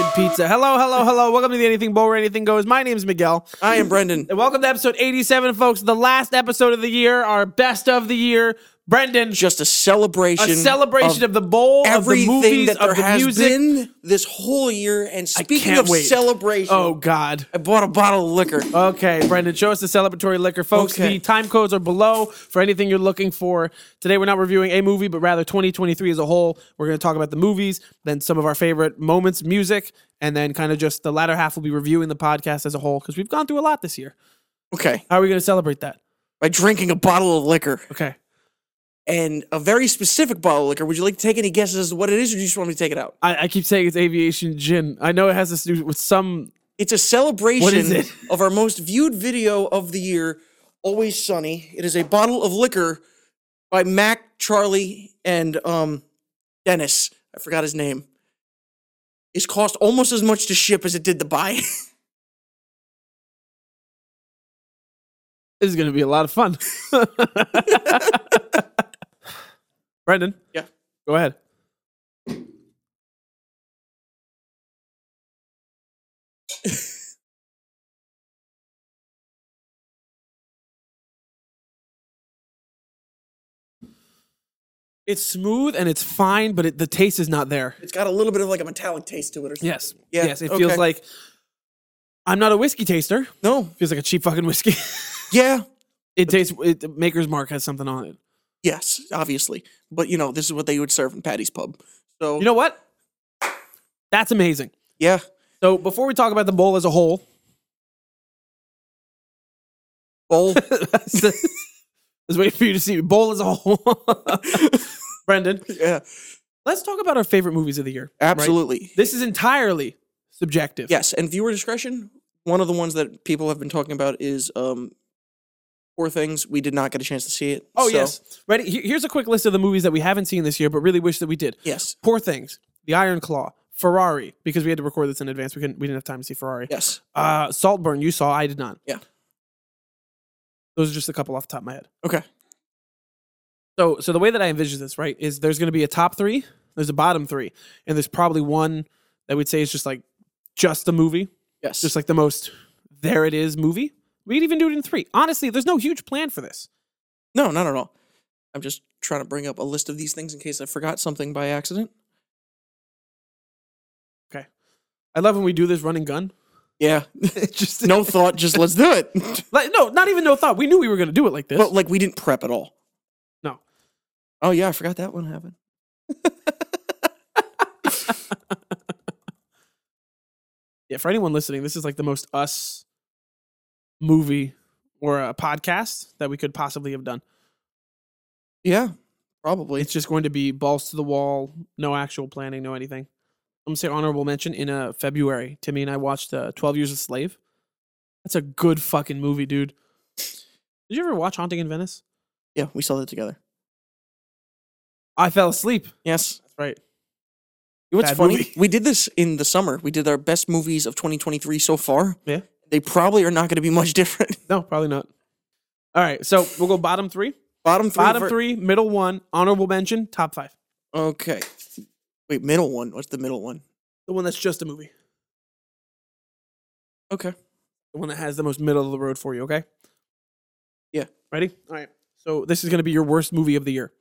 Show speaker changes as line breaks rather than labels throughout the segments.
Hello, hello, hello. Welcome to the Anything Bowl Where Anything Goes. My name is Miguel.
I am Brendan.
And welcome to episode 87, folks. The last episode of the year, our best of the year. Brendan,
Just a celebration.
a celebration of, the bowl, of the
everything
movies,
that there
of the
has
music.
been this whole year. And speaking
can't
of
wait.
celebration,
Oh, God.
I bought a bottle of liquor.
Okay, Brendan, show us the celebratory liquor. Folks, the
Okay.
time codes are below for anything you're looking for. Today, we're not reviewing a movie, but rather 2023 as a whole. We're going to talk about the movies, then some of our favorite moments, music, and then kind of just the latter half will be reviewing the podcast as a whole because we've gone through a lot this year.
Okay,
How are we going to celebrate that?
by drinking a bottle of liquor
Okay.
and a very specific bottle of liquor. Would you like to take any guesses as to what it is, or do you just want me to take it out?
I, I keep saying it's aviation gin. I know it has this do with some.
It's a celebration
What is it?
of our most viewed video of the year, Always Sunny. It is a bottle of liquor by Mac, Charlie, and um, Dennis. I forgot his name. It's cost almost as much to ship as it did to buy.
This is going to be a lot of fun. Brendan.
Yeah.
Go ahead. It's smooth and it's fine, but it, the taste is not there.
it's got a little bit of like a metallic taste to it or something.
Yes.
Yeah,
Yes. It
okay.
feels like I'm not a whiskey taster.
No.
Feels like a cheap fucking whiskey.
Yeah.
it tastes. It, Maker's Mark has something on it.
Yes, obviously. But you know, this is what they would serve in Patty's Pub. So
You know what? That's amazing.
yeah.
So before we talk about the bowl as a whole,
Bowl.
I was waiting for you to see bowl as a whole. Brendan,
yeah.
let's talk about our favorite movies of the year. right?
Absolutely.
This is entirely subjective.
Yes, and viewer discretion. One of the ones that people have been talking about is um, Poor Things. We did not get a chance to see it.
Oh
so-
yes. Ready? Here- Here's a quick list of the movies that we haven't seen this year, but really wish that we did.
yes,
Poor Things, The Iron Claw, Ferrari, because we had to record this in advance. We couldn't. We didn't have time to see Ferrari.
yes.
Uh, Saltburn, you saw. I did not.
Yeah.
Those are just a couple off the top of my head.
Okay.
So, so the way that I envision this, right, is there's going to be a top three, there's a bottom three, and there's probably one that we'd say is just like just the movie,
Yes.
just like the most there it is movie. We could even do it in three. Honestly, there's no huge plan for this.
no, not at all. I'm just trying to bring up a list of these things in case I forgot something by accident.
I love when we do this run and gun.
Yeah.
just
no thought, just let's do it.
like, no, not even no thought. We knew we were going to do it like this.
but like we didn't prep at all.
No.
Oh yeah, I forgot that one happened.
yeah, for anyone listening, this is like the most us movie or a podcast that we could possibly have done.
Yeah, probably.
It's just going to be balls to the wall, no actual planning, no anything. I'm gonna say honorable mention in uh, February. Timmy and I watched uh, Twelve Years a Slave. That's a good fucking movie, dude. Did you ever watch Haunting in Venice?
yeah, we saw that together.
I fell asleep.
Yes.
That's right.
You know What's
Bad
funny?
movie.
We did this in the summer. We did our best movies of 2023 so far.
Yeah.
They probably are not going to be much different.
No, probably not. All right, so we'll go bottom three,
Bottom three.
bottom
ver-
three, middle one, honorable mention, top five.
Okay. Wait, middle one. What's the middle one?
The one that's just a movie,
Okay.
the one that has the most middle of the road for you. Okay.
Yeah.
Ready? All right. So this is gonna be your worst movie of the year.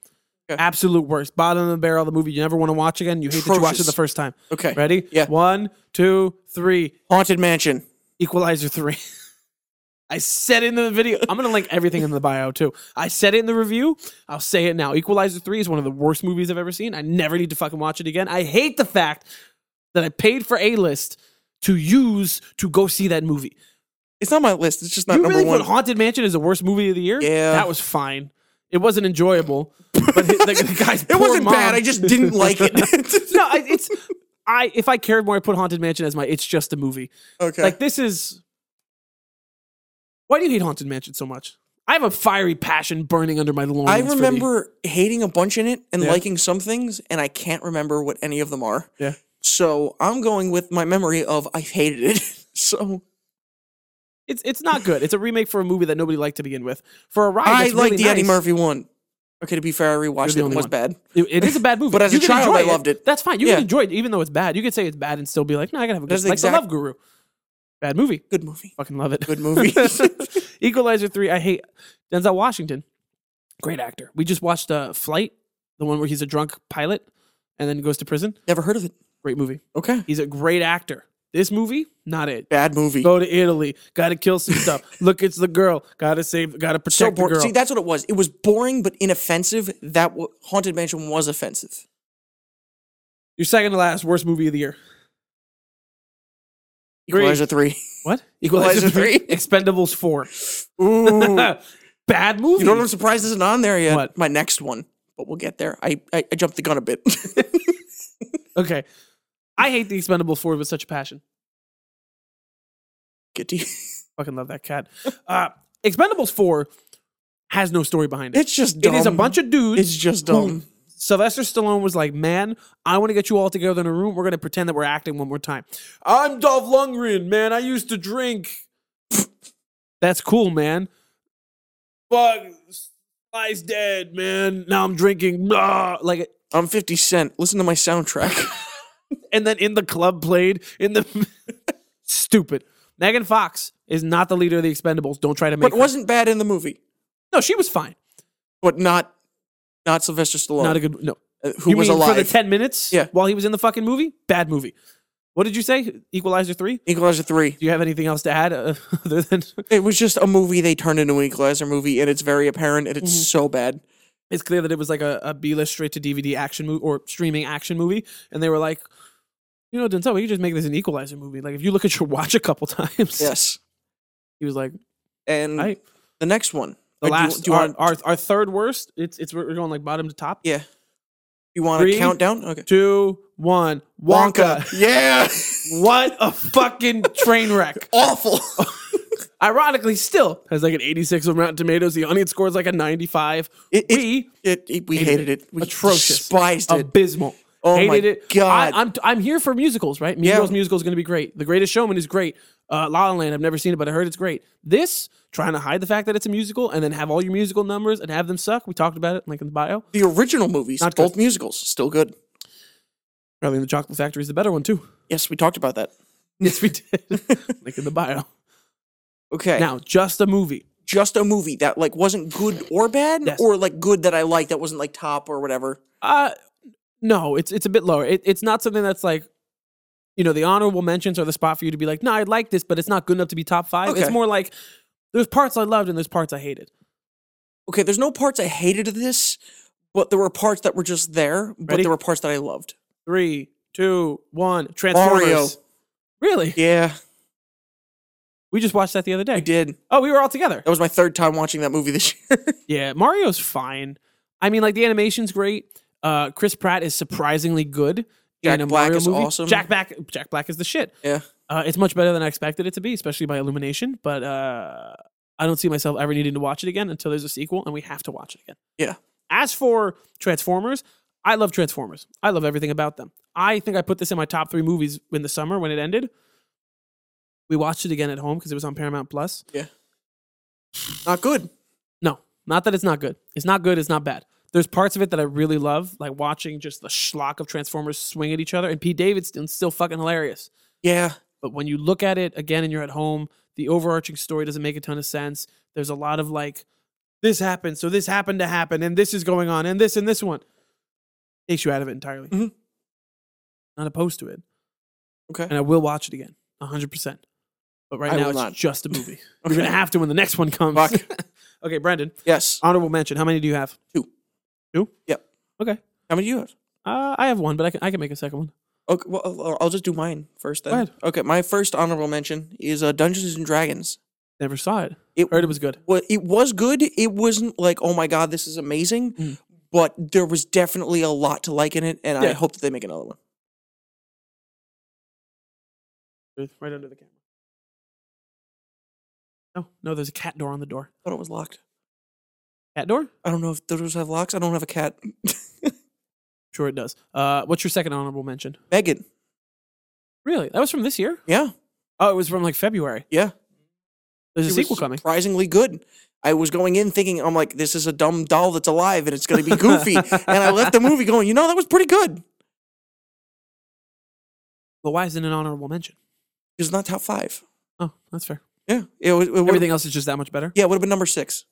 Okay.
Absolute worst, bottom of the barrel, the movie you never want to watch again. You hate that you watched it the
Atrocious.
first time.
Okay.
Ready?
Yeah.
One, two, three.
Haunted Mansion.
Equalizer three. I said it in the video. I'm gonna link everything in the bio too. I said it in the review. I'll say it now. Equalizer three is one of the worst movies I've ever seen. I never need to fucking watch it again. I hate the fact that I paid for a list to use to go see that movie.
It's not my list. It's just not
you
number
really
one.
put Haunted Mansion as the worst movie of the year?
Yeah.
that was fine. It wasn't enjoyable, but the, the guy's
it
poor
wasn't
mom-
bad. I just didn't like it.
no, I, it's I. If I cared more, I put Haunted Mansion as my. It's just a movie.
okay.
Like this is why do you hate Haunted Mansion so much? I have a fiery passion burning under my loins.
I
for the-
remember hating a bunch in it and
Yeah.
liking some things, and I can't remember what any of them are.
Yeah.
So I'm going with my memory of I hated it. so
it's it's not good. It's a remake for a movie that nobody liked to begin with. For a ride,
I
that's
like
really
the Eddie
nice.
Murphy one. Okay, to be fair, I rewatched it.
the
It
only
was
one.
bad.
It- it is a bad movie.
But as
You
a
can
child,
enjoy
I loved it.
That's fine. You
Yeah.
can enjoy it, even though it's bad. You could say it's bad and still be like, no, I gotta have a good.
That's the
Like
exact-
the Love Guru, bad movie.
Good movie.
Fucking love it.
Good movie.
Equalizer three. I hate Denzel Washington. Great actor. We just watched uh, Flight, the one where he's a drunk pilot and then goes to prison.
Never heard of it.
Great movie.
Okay.
He's a great actor. This movie, not it.
Bad movie.
Go to Italy. Got to kill some stuff. Look, it's the girl. Got to save. Got to protect
so
the
boring.
girl.
See, that's what it was. It was boring but inoffensive. That w- haunted mansion was offensive.
Your second to last worst movie of the year. Three.
Equalizer three.
What?
Equalizer three.
Expendables four.
Ooh.
Bad movie.
You know what I'm surprised isn't on there yet?
What?
My next one. But we'll get there. I, I, I jumped the gun a bit.
okay. I hate the Expendables four with such a passion.
get to you.
Fucking love that cat. Uh, Expendables four has no story behind it.
It's just
It
dumb.
is a bunch of dudes.
It's just
who-
dumb.
Sylvester Stallone was like, "Man, I want to get you all together in a room. We're gonna pretend that we're acting one more time." I'm Dolph Lundgren, man. I used to drink. That's cool, man. Fuck, Sly's dead, man. Now I'm drinking. Blah. Like,
I'm 50 Cent. Listen to my soundtrack.
and then in the club played in the stupid. Megan Fox is not the leader of the Expendables. Don't try to make.
but
her.
wasn't bad in the movie.
no, she was fine.
But not not Sylvester Stallone,
Not a good no.
uh, who
you
was
mean
alive.
for the ten minutes?
Yeah.
While he was in the fucking movie, bad movie. What did you say? Equalizer three.
Equalizer 3.
Do you have anything else to add uh, other than
It was just a movie they turned into an Equalizer movie, and it's very apparent, and it's so bad.
it's clear that it was like a, a B list straight to DVD action movie or streaming action movie, and they were like, you know, Denzel, we could just make this an Equalizer movie. Like if you look at your watch a couple times,
Yes.
he was like,
And
Right.
the next one.
the
Uh, do you-
last,
do you
our,
want-
our our third worst. It's it's we're going like bottom to top.
Yeah. You want
Three.
a countdown? Okay.
Two, one, Wonka.
Yeah.
what a fucking train wreck.
Awful.
Ironically, still has like an 86 on Rotten Tomatoes. The audience scores like a 95.
It- it-
we
it, it- we hated it. We
atrocious,
despised it.
abysmal.
Oh my
Hated it.
God.
I, I'm I'm here for musicals, right? Musicals,
Yeah.
musicals going to be great. The Greatest Showman is great. Uh, La La Land, I've never seen it, but I heard it's great. This trying to hide the fact that it's a musical and then have all your musical numbers and have them suck. We talked about it, like in the bio.
The original movies,
Not
both musicals, still good.
Probably in the Chocolate Factory is the better one too.
Yes, we talked about that.
Yes, we did. like in the bio.
Okay.
Now, just a movie.
just a movie that like wasn't good or bad,
Yes.
or like good that I liked that wasn't like top or whatever.
Uh no, it's it's a bit lower. It, it's not something that's like you know, the honorable mentions are the spot for you to be like, no, I like this, but it's not good enough to be top five. It's
Okay.
more like there's parts I loved and there's parts I hated.
Okay, there's no parts I hated of this, but there were parts that were just there, but
Ready?
there were parts that I loved.
Three, two, one, Transformers.
Mario.
Really?
Yeah,
We just watched that the other
I
day.
did.
Oh, we were all together.
That was my third time watching that movie this year.
Yeah, Mario's fine. I mean, like the animation's great. Uh, Chris Pratt is surprisingly good.
Jack
in a
Black
Mario
is
movie.
awesome.
Jack Black, Jack Black is the shit.
yeah,
Uh, it's much better than I expected it to be, especially by Illumination. But uh, I don't see myself ever needing to watch it again until there's a sequel, and we have to watch it again.
Yeah.
As for Transformers, I love Transformers. I love everything about them. I think I put this in my top three movies in the summer when it ended. We watched it again at home because it was on Paramount Plus.
not good.
No, not that it's not good. It's not good. It's not bad. There's parts of it that I really love, like watching just the schlock of Transformers swing at each other, and Pete Davidson's still fucking hilarious.
Yeah,
But when you look at it again and you're at home, the overarching story doesn't make a ton of sense. There's a lot of like, this happened, so this happened to happen, and this is going on, and this and this one. Takes you out of it entirely.
Mhm.
Not opposed to it.
Okay.
And I will watch it again, 100%. But right
I
now,
will
it's
not.
just a movie.
Okay.
You're going to have to when the next one comes.
Fuck.
okay, Brendan,
yes.
honorable mention. How many do you have?
Two.
Two?
Yep.
Okay.
How many do you have?
Uh, I have one, but I can, I can make a second one.
Okay, well, I'll- I'll just do mine first. Then.
Go ahead.
Okay, my first honorable mention is uh, Dungeons and Dragons.
Never saw it.
It
Heard it was good.
well, it was good. It wasn't like, oh my god, this is amazing,
Mm.
but there was definitely a lot to like in it, and I
Yeah.
hope that they make another one.
Right under the camera. No, no, there's a cat door on the door.
I thought it was locked.
Cat door?
I don't know if those have locks. I don't have a cat.
Sure, it does. Uh, what's your second honorable mention?
Megan.
Really? That was from this year?
Yeah.
Oh, it was from like February.
Yeah.
There's a
She was
sequel coming.
Surprisingly good. I was going in thinking, I'm like, this is a dumb doll that's alive and it's going to be goofy. and I left the movie going, you know, that was pretty good.
But why isn't it an honorable mention?
It's not top five.
Oh, that's fair.
Yeah. It, was- it, would've-
Everything else is just that much better.
Yeah, it would have been number six.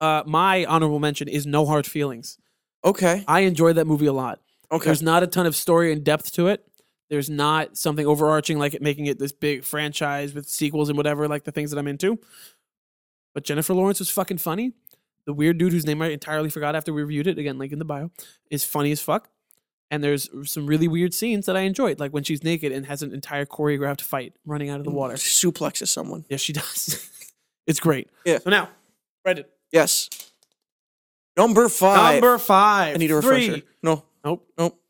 Uh, my honorable mention is No Hard Feelings.
Okay.
I enjoyed that movie a lot.
Okay.
There's not a ton of story and depth to it. There's not something overarching like it making it this big franchise with sequels and whatever, like the things that I'm into. But Jennifer Lawrence was fucking funny. The weird dude whose name I entirely forgot after we reviewed it, again, link in the bio, is funny as fuck. And there's some really weird scenes that I enjoyed, like when she's naked and has an entire choreographed fight running out of the
Mm.
water.
Suplexes someone.
Yes, she does. it's great.
Yeah.
So now, Reddit.
Yes. Number five.
Number five.
I need a
Three.
refresher. No.
Nope.
Nope.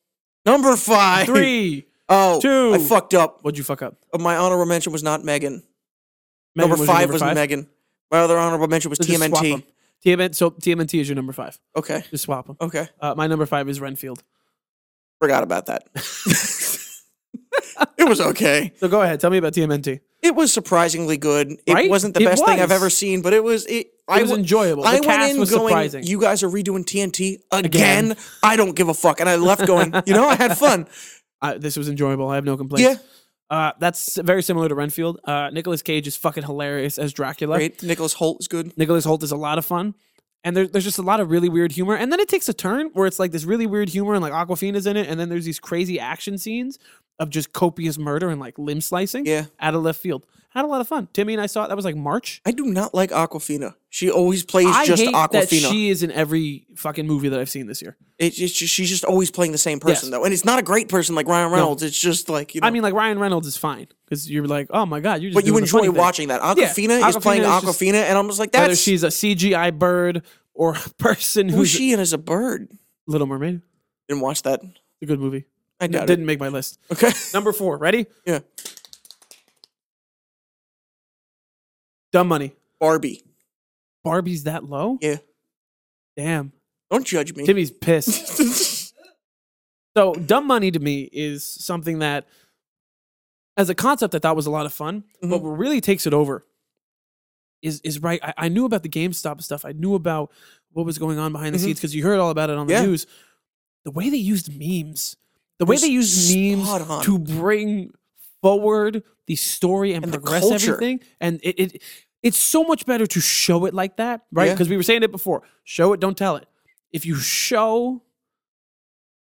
Number five.
Three.
Oh,
two.
I fucked up.
What'd you fuck up?
Uh, My honorable mention was not Megan.
Megan
number
was your
five was Megan. My other honorable mention was
So just swap
TMNT.
them. TMNT. So TMNT is your number five.
Okay.
Just swap them.
Okay.
Uh, my number five is Renfield.
Forgot about that. it was okay.
So go ahead. Tell me about TMNT. It
It was surprisingly good. It
Right?
wasn't the
It
best thing I've
was.
ever seen, but it was it. I
was
wa-
enjoyable. The
I went
cast
in
was
going,
surprising.
you guys are redoing TNT again?
Again.
I don't give a fuck. And I left going, you know, I had fun.
I, Uh, this was enjoyable. I have no complaints.
Yeah.
Uh, that's very similar to Renfield. Uh, Nicholas Cage is fucking hilarious as Dracula.
Great. Nicholas Holt is good.
Nicholas Holt is a lot of fun. And there, there's just a lot of really weird humor. And then it takes a turn where it's like this really weird humor and like Aquafina's in it. And then there's these crazy action scenes of just copious murder and like limb slicing
Yeah.
out of left field. had a lot of fun. Timmy and I saw it. That was like March.
I do not like Aquafina. She always plays
I
just
hate
Aquafina.
that she is in every fucking movie that I've seen this year.
It's just, she's just always playing the same person
Yes.
though, and it's not a great person like Ryan Reynolds. It's just like you know.
I mean, like Ryan Reynolds is fine because you're like, oh my god, you're just.
but you
doing the funny
enjoy
thing."
watching that. Aquafina is
Awkwafina
playing
is just-
Aquafina, and I'm just like,
whether
that's
she's a CGI bird or a person
who's
who's
she in as a bird.
Little Mermaid. It's
Didn't watch that.
a good movie.
I
It
doubt it.
didn't make my list.
Okay.
Number four, ready?
Yeah.
Dumb Money.
Barbie.
Barbie's that low?
Yeah.
Damn.
Don't judge me.
Timmy's pissed. So, dumb money to me is something that, as a concept, I thought was a lot of fun. But
Mhm.
what really takes it over is is right. I, I knew about the GameStop stuff. I knew about what was going on behind the
Mhm.
scenes because you heard all about it on the
Yeah.
news. The way they used memes, the way
Was
they used memes
spot on.
to bring forward the story and,
And the
progress
culture.
everything, and it, it it's so much better to show it like that, right?
Yeah.
Because we were saying it before: show it, don't tell it. If you show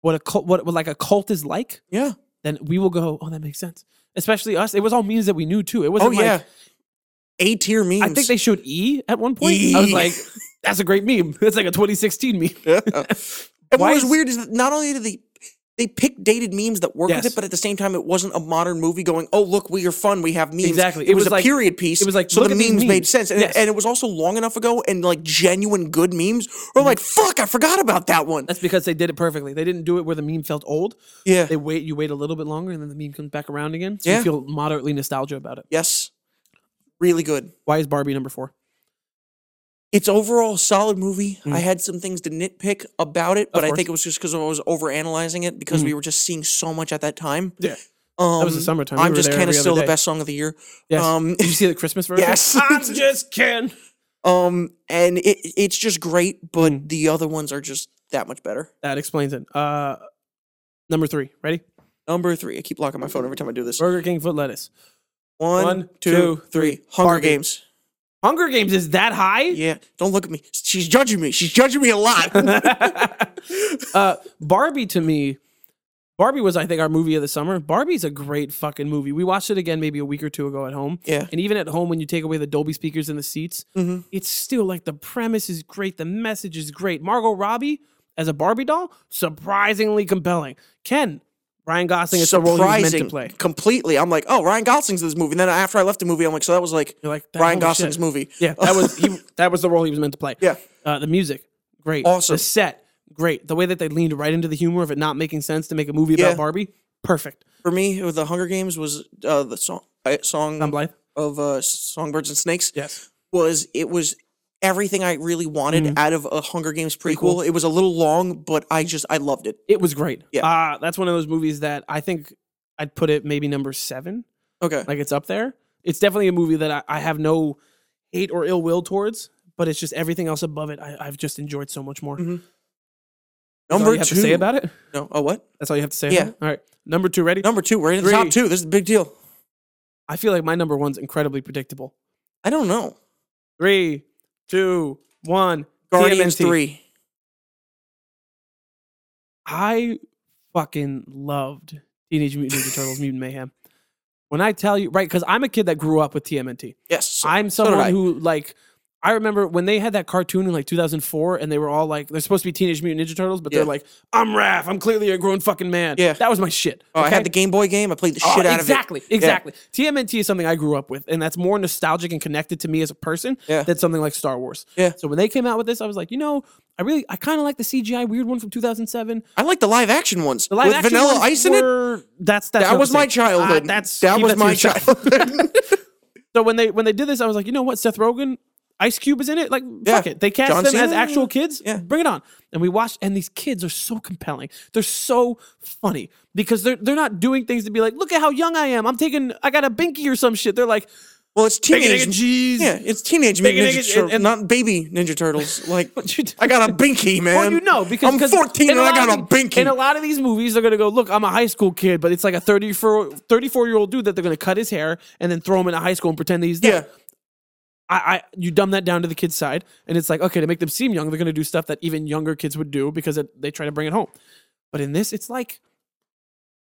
what a cult, what, what like a cult is like,
yeah.
then we will go, oh, that makes sense. Especially us. It was all memes that we knew too. It
Oh
wasn't like,
yeah. A tier memes.
I think they showed E at one point. I was
E.
like, that's a great meme. That's like a 2016 meme.
Yeah. and
Why
what was
is-
weird is that not only did they they picked dated memes that worked with
Yes.
it, but at the same time, it wasn't a modern movie going, "Oh, look, we are fun. We have memes."
Exactly.
It,
It
was,
was
a
like-
period piece.
it was like,
so
look
the
at these
memes, made
memes.
sense, and,
Yes.
and it was also long enough ago, and like genuine good memes. Where I'm like, "Fuck, I forgot about that one."
That's because they did it perfectly. They didn't do it where the meme felt old.
Yeah.
They wait, you wait a little bit longer, and then the meme comes back around again. So
Yeah.
you feel moderately nostalgia about it.
yes. Really good.
Why is Barbie number four?
It's overall a solid movie.
Mm.
I had some things to nitpick about it, but I
course. Mm.
think it was just because I was overanalyzing it because we were just seeing so much at that time.
Yeah.
Um,
was the summertime. We
I'm
were
just
there
kind of
every other
still the
day.
best song of the year.
Yes.
Um,
Did you see the Christmas version?
Yes.
I'm just kidding.
Um, and it it's just great, but
Mm.
the other ones are just that much better.
That explains it. Uh, number three. Ready?
Number three, I keep locking my phone every time I do this.
Burger King foot lettuce.
One,
One,
two,
two,
three.
three.
Hunger
Barbie.
Games.
Hunger Games is that high?
Yeah, don't look at me. She's judging me. She's judging me a lot.
uh, Barbie to me, Barbie was I think our movie of the summer. Barbie's a great fucking movie. We watched it again maybe a week or two ago at home.
yeah.
And even at home, when you take away the Dolby speakers and the seats,
Mhm.
it's still like the premise is great, the message is great. Margot Robbie as a Barbie doll, surprisingly compelling. Ken, Ryan Gosling is the role he was meant to
Surprising.
play.
Completely. I'm like, oh, Ryan Gosling's in this movie. And then after I left the movie, I'm like, so that was like
You're like that
Ryan
whole
Gosling's
shit.
movie.
Yeah, that was he. That was the role he was meant to play.
Yeah.
Uh, the music, great.
Awesome.
The set, great. The way that they leaned right into the humor of it not making sense to make a movie about
Yeah.
Barbie, perfect.
For me, it was the Hunger Games was uh, the song uh,
Tom
song
Blythe.
of uh, Songbirds and Snakes.
Yes. Mm-hmm.
was it was everything I really wanted out of a Hunger Games prequel.
Prequel.
It was a little long, but I just I loved it.
It was great.
Yeah.
Uh, that's one of those movies that I think I'd put it maybe number seven.
Okay.
Like it's up there. It's definitely a movie that I, I have no hate or ill will towards, but it's just everything else above it. I, I've just enjoyed so much more.
Mhm.
That's all
Number
you have
two.
to say about it.
No. Oh, what?
That's all you have to say.
Yeah.
About it? All right. Number two, ready?
Number two. We're in the
Three.
top two. This is a big deal.
I feel like my number one's incredibly predictable.
I don't know.
Three, two, one.
Guardians
TMNT.
three.
I fucking loved Teenage Mutant Ninja Turtles: Mutant Mayhem. When I tell you, right? Because I'm a kid that grew up with TMNT.
Yes. So,
I'm
did
someone
I.
who like I remember when they had that cartoon in like 2004 and they were all like they're supposed to be teenage mutant ninja turtles but
Yeah.
they're like I'm Raph, I'm clearly a grown fucking man.
Yeah.
That was my shit.
oh, I
okay?
had the Game Boy game. I played the
Oh,
shit out
exactly, Exactly. TMNT is something I grew up with, and that's more nostalgic and connected to me as a person
Yeah.
than something like Star Wars.
Yeah.
So when they came out with this, I was like, you know, I really, I kind of like the CGI weird one from 2007.
of it. I like the live action ones.
The live
With
action
vanilla
ones
ice in it.
were- That's that's
That
not
was
the
my
same.
childhood.
Ah, that's
that
keep
was
to
my
yourself.
childhood.
So when they when they did this, I was like, you know what, Seth Rogen, Ice Cube is in it. Like, fuck
Yeah.
it. They cast
John
them as
Cena?
actual kids.
Yeah.
Bring it on. And we watched, and these kids are so compelling. They're so funny because they're they're not doing things to be like, look at how young I am. I'm taking, I got a binky or some shit. They're like,
well, it's
"Nigga, nigga,
teenage.
jeez.
Yeah, it's teenage
Big
Mutant
niggas
Ninja
and-
Turtles,
and-
not baby Ninja Turtles. Like
What you do-
I got a binky, man.
Well, you know, because
I'm
because in
14 and I
lot
got a
of the-
binky.
In a lot of these movies, they're gonna go, look, I'm a high school kid, but it's like a 34 34 year old dude that they're gonna cut his hair and then throw him into high school and pretend that he's
yeah,
dead. I, I you dumb that down to the kid's side, and it's like, okay, to make them seem young, they're gonna do stuff that even younger kids would do because it, they try to bring it home. But in this, it's like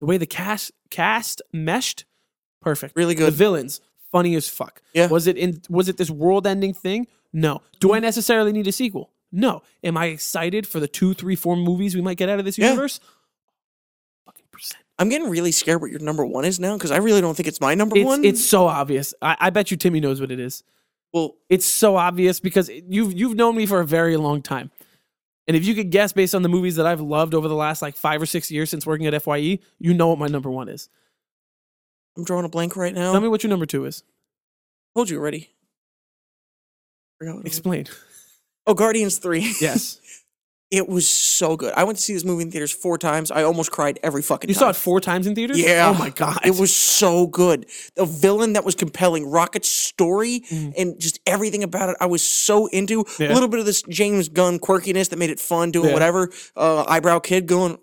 the way the cast cast meshed, perfect.
really
The
good.
villains, funny as fuck.
Yeah. Mm-hmm.
Was it in was it this world ending thing? No. Do I necessarily need a sequel? No. Am I excited for the two, three, four movies we might get out of this
Yeah.
universe? Fucking percent.
I'm getting really scared what your number one is now because I really don't think it's my number
It's
one.
it's so obvious. I, I bet you Timmy knows what it is.
well,
It's so obvious because it- you've you've known me for a very long time. And if you could guess based on the movies that I've loved over the last like five or six years since working at FYE, you know what my number one is.
I'm drawing a blank right now.
Tell me what your number two is.
Mm-hmm. told you already. Forgot what it was.
Explain.
Oh, Guardians three.
Yes.
It was so good. I went to see this movie in theaters four times. I almost cried every fucking
You
time.
saw it four times in theaters?
Yeah.
Oh my god.
It was so good. The villain that was compelling, Rocket's story,
Mm.
and just everything about it, I was so into.
Yeah.
A little bit of this James Gunn quirkiness that made it fun, doing
Yeah.
whatever. Uh, eyebrow kid going,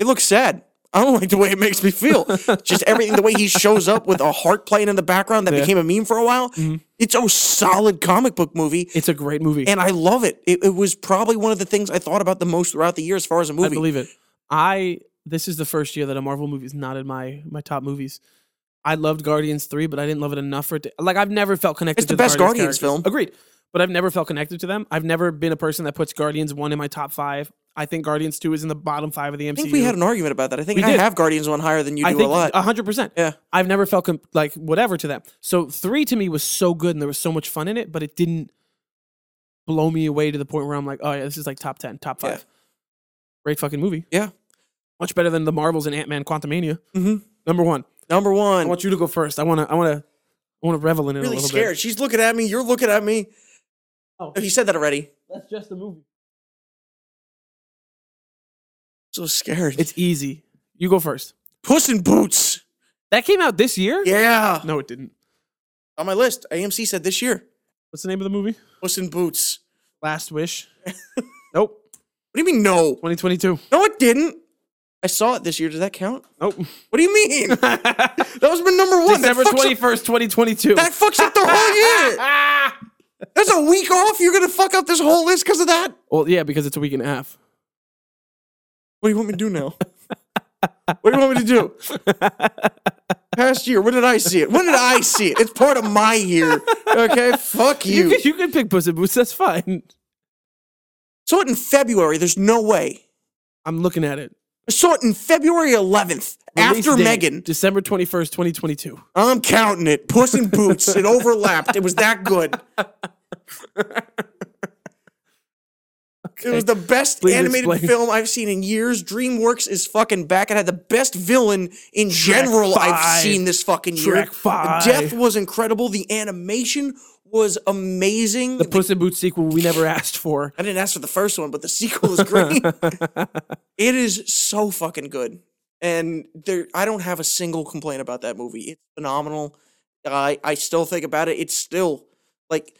it looks sad. I don't like the way it makes me feel. just everything, the way he shows up with a heart playing in the background that
Yeah.
became a meme for a while.
Mhm.
It's a solid comic book movie,
It's a great movie.
and I love it. it. It was probably one of the things I thought about the most throughout the year as far as a movie.
I believe it. I this is the first year that a Marvel movie is not in my my top movies. I loved Guardians three, but I didn't love it enough for it. To, like I've never felt connected.
It's
to
the best
characters.
Guardians film.
Agreed, but I've never felt connected to them. I've never been a person that puts Guardians one in my top five. I think Guardians two is in the bottom five of the MCU.
I think we had an argument about that. I think
We
I
did.
have Guardians one higher than you do
I think
a lot.
hundred percent.
Yeah.
I've never felt com- like whatever to them. So three to me was so good, and there was so much fun in it, but it didn't blow me away to the point where I'm like, oh yeah, this is like top ten, top
Yeah.
five. Great fucking movie.
Yeah.
much better than the Marvels and Ant Man Quantumania.
Mhm.
Number one.
Number
I
one.
want you to go first. I want to. I want to. I want to revel in it a
really
little
scared.
bit.
She's looking at me. You're looking at me.
Oh.
he said that already.
That's just the movie.
So scared.
It's easy. You go first.
Puss in Boots.
That came out this year.
Yeah.
No, it didn't.
On my list. AMC said this year.
What's the name of the movie?
Puss in Boots.
Last Wish. nope.
What do you mean no?
2022.
No, it didn't. I saw it this year. Does that count?
Nope.
What do you mean? that was my number one.
December
that, fucks up,
21st, 2022.
that fucks up the whole year.
Ah!
That's a week off. You're gonna fuck up this whole list because of that.
Well, yeah, because it's a week and a half.
What do you want me to do now? what do you want me to do? Past year, when did I see it? When did I see it? It's part of my year. Okay, fuck
You
you.
can, you can pick Puss in Boots. That's fine.
saw it in February. There's no way.
I'm looking at it.
I saw it in February 11th
Release
after
date,
Megan.
December 21st, 2022.
I'm counting it. Puss in Boots. It overlapped. It was that good. It was the best
Please
animated
explain.
film I've seen in years. DreamWorks is fucking back. It had the best villain in general I've
five.
seen this fucking year.
Shrek five.
The death was incredible. The animation was amazing.
The Puss in Boots sequel we never asked for.
I didn't ask for the first one, but the sequel is great. it is so fucking good, and there I don't have a single complaint about that movie. It's phenomenal. I I still think about it. It's still like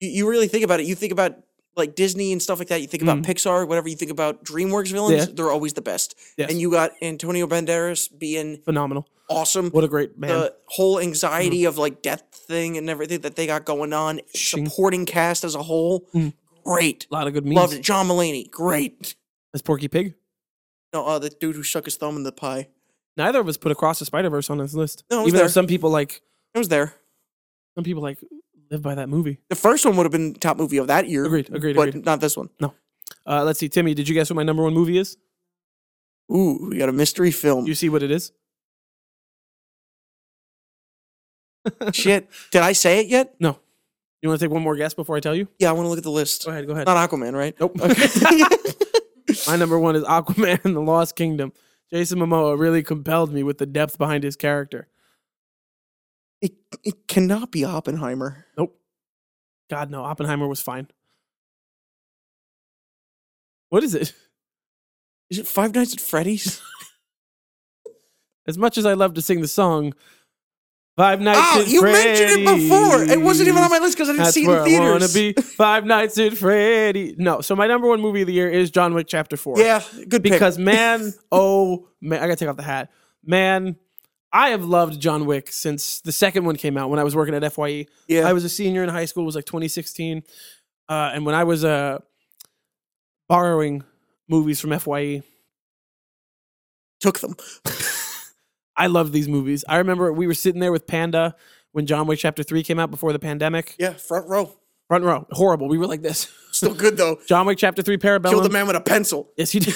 you, you really think about it. You think about like Disney and stuff like that. You think about
Mhm.
Pixar, whatever. You think about DreamWorks villains.
Yeah.
They're always the best.
Yes.
And you got Antonio Banderas being
Phenomenal.
awesome.
What a great man. Mm-hmm.
The whole anxiety of like death thing and everything that they got going on.
Shing.
Supporting cast as a whole,
Mhm.
great.
a lot of good memes.
Loved it. John Mulaney, great.
As Porky Pig.
No, uh, the dude who stuck his thumb in the pie.
Neither of us put Across the Spider Verse on this list.
No, it was
Even though
there.
some people like
It was there.
some people like live by that movie.
The first one would have been top movie of that year.
Agreed, agreed,
But
agreed.
not this one.
Uh, let's see, Timmy. Did you guess what my number one movie is?
Ooh, we got a mystery film.
You see what it is?
Shit. Did I say it yet?
You want to take one more guess before I tell you?
Yeah, I want to look at the list.
Go ahead. Go ahead.
Not Aquaman, right?
Nope.
Okay.
My number one is Aquaman and the Lost Kingdom. Jason Momoa really compelled me with the depth behind his character.
it, it cannot be Oppenheimer.
God, no, Oppenheimer was fine. What is it?
Is it Five Nights at Freddy's?
As much as I love to sing the song, Five Nights
oh,
at
you mentioned it before. It wasn't even on
Freddy's.
my list because I didn't
That's
see it
where
in
I want
theaters.
to be. Five Nights at Freddy. No, so my number one movie of the year is John Wick Chapter Four.
Yeah, good pick.
because man, oh man, I gotta take off the hat. Man, I have loved John Wick since the second one came out when I was working at E. Fye.
yeah,
I was a senior in high school. It was like 2016, uh, and when I was uh, borrowing movies from E, Fye,
took them.
I loved these movies. I remember we were sitting there with Panda when John Wick Chapter Three came out before the pandemic.
Yeah, front row.
Front row, horrible. We were like this.
Still good though.
John Wick Chapter Three,
Killed a
Parabellum.
man with a pencil
Yes, he did.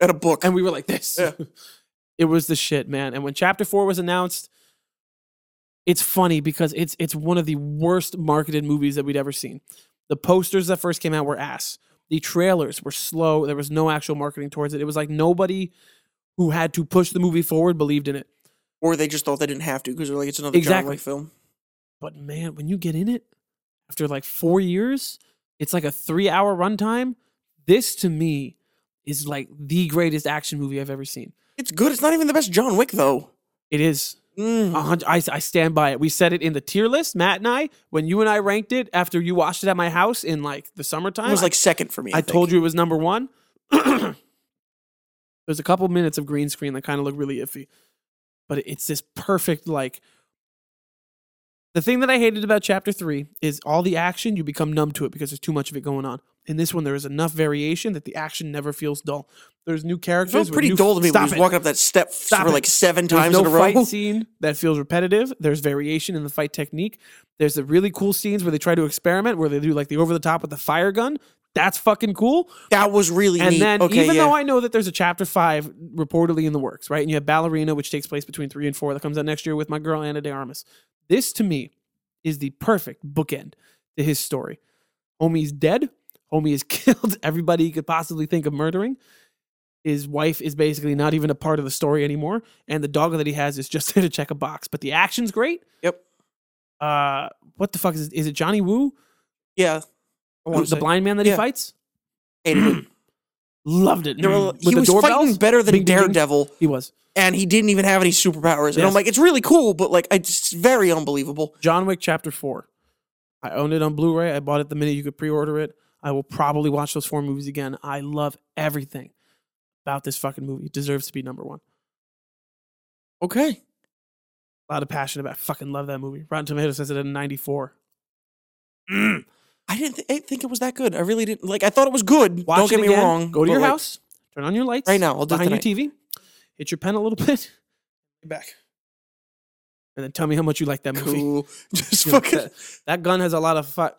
and a book.
and we were like this.
Yeah.
it was the shit, man. And when chapter four was announced, it's funny because it's it's one of the worst marketed movies that we'd ever seen. The posters that first came out were ass. The trailers were slow. There was no actual marketing towards it. It was like nobody who had to push the movie forward believed in it.
or they just thought they didn't have to because they're like, it's another John
Exactly.
Wick film.
But man, when you get in it after like four years, it's like a three hour runtime. This to me is like the greatest action movie I've ever seen.
It's good. It's not even the best John Wick though.
It is
Mm.
A hundred- I, I stand by it. We said it in the tier list, Matt and I, when you and I ranked it after you watched it at my house in like the summertime.
it was like second for me.
I,
I,
told you it was number one. There's a couple minutes of green screen that kind of look really iffy, but it- it's this perfect like. The thing that I hated about chapter three is all the action, you become numb to it because there's too much of it going on. In this one, there is enough variation that the action never feels dull. There's new
It
characters.
felt
with
pretty
new-
dull to me when
Stop
he was
it.
walking up that step
Stop
for
it.
like seven
There's
times
no
in a row.
fight scene that feels repetitive. There's variation in the fight technique. There's the really cool scenes where they try to experiment, where they do like the over the top with the fire gun. That's fucking cool.
That was really
And
neat.
then,
okay,
even
yeah.
though I know that there's a chapter five reportedly in the works, right? And you have Ballerina, which takes place between three and four, that comes out next year with my girl Anna De Armas. This to me is the perfect bookend to his story. Homie's dead. Homie has killed everybody he could possibly think of murdering. His wife is basically not even a part of the story anymore, and the dog that he has is just there to check a box. But the action's great.
Yep.
Uh, what the fuck is it? Is it Johnny Woo,
yeah, I wanna
the
say-
blind man that
Yeah.
he fights?
hated it.
Loved it. Mm.
There were-
With
he
the
was fighting
doorbells,
better than
Bing, bing, bing.
Daredevil,
he was.
and he didn't even have any superpowers. And I'm
Yes.
like, it's really cool, but like, it's very unbelievable.
John Wick Chapter 4. I own it on Blu ray. I bought it the minute you could pre order it. I will probably watch those four movies again. I love everything about this fucking movie. It deserves to be number one.
Okay,
A lot of passion about fucking love that movie. Rotten Tomatoes says it at a 94.
Mm. I didn't th- I didn't think it was that good. I really didn't like. I thought it was good.
Watch
Don't get
it
me
again.
wrong.
Go to
but,
your
like,
house, turn on your lights
right now. I'll do it
behind
tonight.
your TV, hit your pen a little bit,
back.
and then tell me how much you like that movie.
Cool. Just
You know,
fucking.
that, that gun has a lot of fi-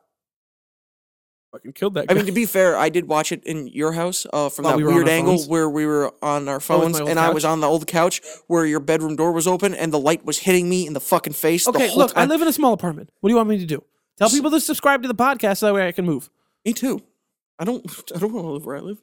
Fucking killed that. Guy.
I mean, to be fair, I did watch it in your house uh, from
While
that
we were on
weird
our
angle
phones? Oh,
where we were on our phones,
old
and I was on the old couch where your bedroom door was open, and the light was hitting me in the fucking face. the
okay,
whole
look, I
time.
live in a small apartment. What do you want me to do? Tell people to subscribe to the podcast so that way I can move.
Me too. I don't. I don't want to live where I live.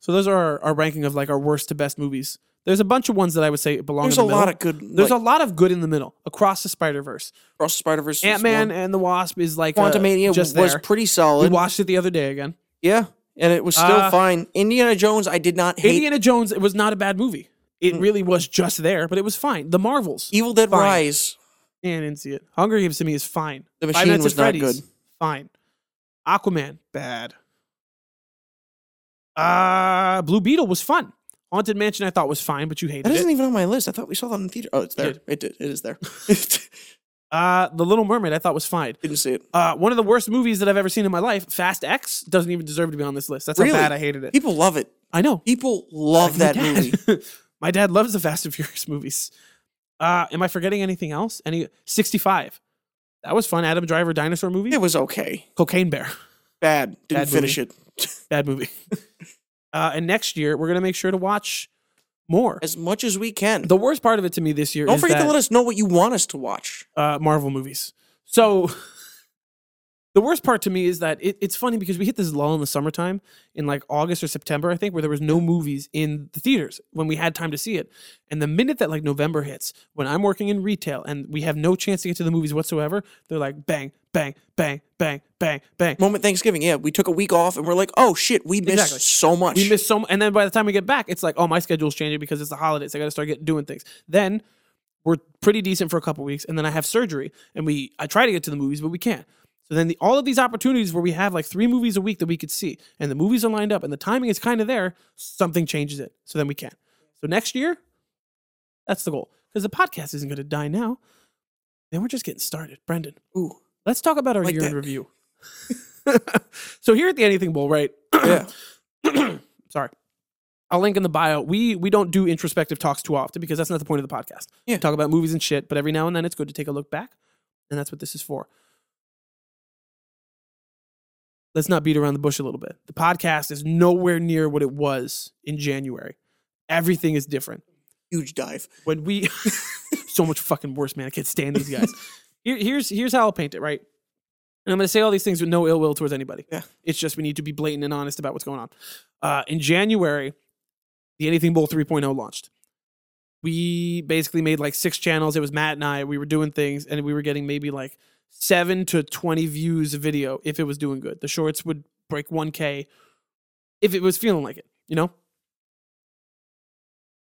So those are our, our ranking of like our worst to best movies. There's a bunch of ones that I would say belong.
There's
in
a
the middle.
lot of good.
There's a lot of good in the middle across the Spider Verse.
Cross Spider Verse.
Ant Man and the Wasp is like uh,
Quantumania
just
was
there.
pretty
we
solid.
watched it the other day again.
yeah, and it was still
Uh,
fine. Indiana Jones, I did not hate. Mm.
Indiana Jones. It
E
was not a bad movie. It really was just there, but it was fine. The Marvels.
Evil Dead
fine.
Rise.
Yeah, I didn't see it. Hunger Games to me is fine.
The
Five
machine
Nights
was
at
not
Freddy's,
good.
Fine. Aquaman, bad. Uh Blue Beetle was fun. Haunted Mansion I thought was fine, but you hated
That
it.
isn't even on my list. I thought we saw that in the theater. Oh, it's there.
did.
It did. It is there. e-
Uh The Little Mermaid I thought was fine.
Didn't see it.
Uh one of the worst movies that I've ever seen in my life, Fast X, doesn't even deserve to be on this list. That's
Really?
how bad I hated it.
People love it.
I know.
People love
Like
that
my
movie.
dad. my dad loves the Fast and Furious movies. Uh, am I forgetting anything else? Any 65. That was fun. Adam Driver dinosaur movie.
It was okay.
Cocaine Bear.
Bad. Didn't
Bad
finish it.
Bad movie. uh, and next year we're gonna make sure to watch more.
As much as we can.
The worst part of it to me this year
Don't
is
forget
that,
to let us know what you want us to watch.
uh, Marvel movies. So the worst part to me is that it, it's funny because we hit this lull in the summertime in like August or September, I think, where there was no movies in the theaters when we had time to see it. And the minute that like November hits, when I'm working in retail and we have no chance to get to the movies whatsoever, they're like bang, bang, bang, bang, bang, bang.
Moment Thanksgiving. Yeah, we took a week off and we're like, oh shit, we missed
Exactly.
so much.
We miss so, m- and then by the time we get back, it's like, oh, my schedule's changing because it's the holidays. I got to start getting doing things. Then we're pretty decent for a couple weeks, and then I have surgery, and we I try to get to the movies, but we can't. So then the, all of these opportunities where we have like three movies a week that we could see, and the movies are lined up, and the timing is kind of there. Something changes it, so then we can. So next year, that's the goal because the podcast isn't going to die now. Then we're just getting started, Brendan.
Ooh.
Let's talk about our
Like
year in
that.
review. so here at the Anything Bowl, right?
yeah.
sorry. I'll link in the bio. We we don't do introspective talks too often because that's not the point of the podcast.
Yeah.
We talk about movies and shit, but every now and then it's good to take a look back, and that's what this is for. Let's not beat around the bush a little bit. The podcast is nowhere near what it was in January. Everything is different
Huge dive.
when we so much fucking worse, man. I can't stand these guys. Here, here's here's how I'll paint it, right? And I'm gonna say all these things with no ill will towards anybody.
Yeah.
It's just we need to be blatant and honest about what's going on. Uh, in January, the Anything Bowl 3.0 launched. We basically made like six channels. It was Matt and I. We were doing things, and we were getting maybe like seven to twenty views a video if it was doing good. The shorts would break 1K if it was feeling like it. You know,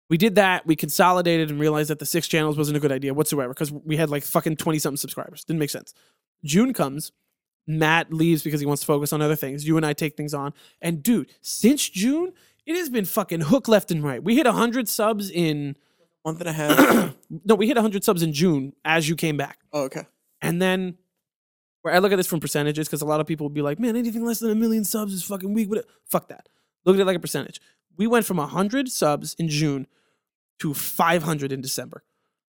we did that. We consolidated and realized that the six channels wasn't a good idea whatsoever because we had like fucking 20 something subscribers. Didn't make sense. June comes. Matt leaves because he wants to focus on other things. You and I take things on. And dude, since June, it has been fucking hook left and right. We hit 100 subs in,
Month and a half.
no, we hit 100 subs in June as you came back.
oh, okay.
And then where I look at this from percentages because a lot of people would be like, man, anything less than a million subs is fucking weak. What- Fuck that. Look at it like a percentage. We went from 100 subs in June to 500 in December.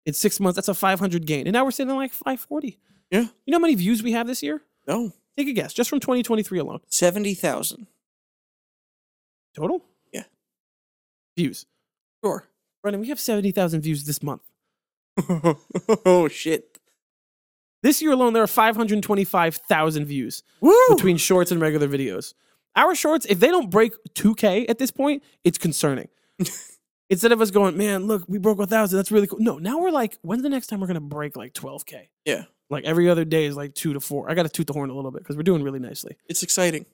In six months, that's a 500 gain. And now we're sitting at like 540.
Yeah.
You know how many views we have this year?
No.
Take a guess, just from 2023 alone.
Seventy thousand.
Total?
Yeah.
Views.
Sure.
Brendan, we have 70,000 views this month.
oh shit.
This year alone, there are 525,000 views.
Woo!
between shorts and regular videos. Our shorts, if they don't break 2K at this point, it's concerning. Instead of us going, man, look, we broke 1,000. That's really cool. No, now we're like, when's the next time we're going to break like 12K?
Yeah.
Like every other day is like two to four. I got to toot the horn a little bit because we're doing really nicely.
it's exciting.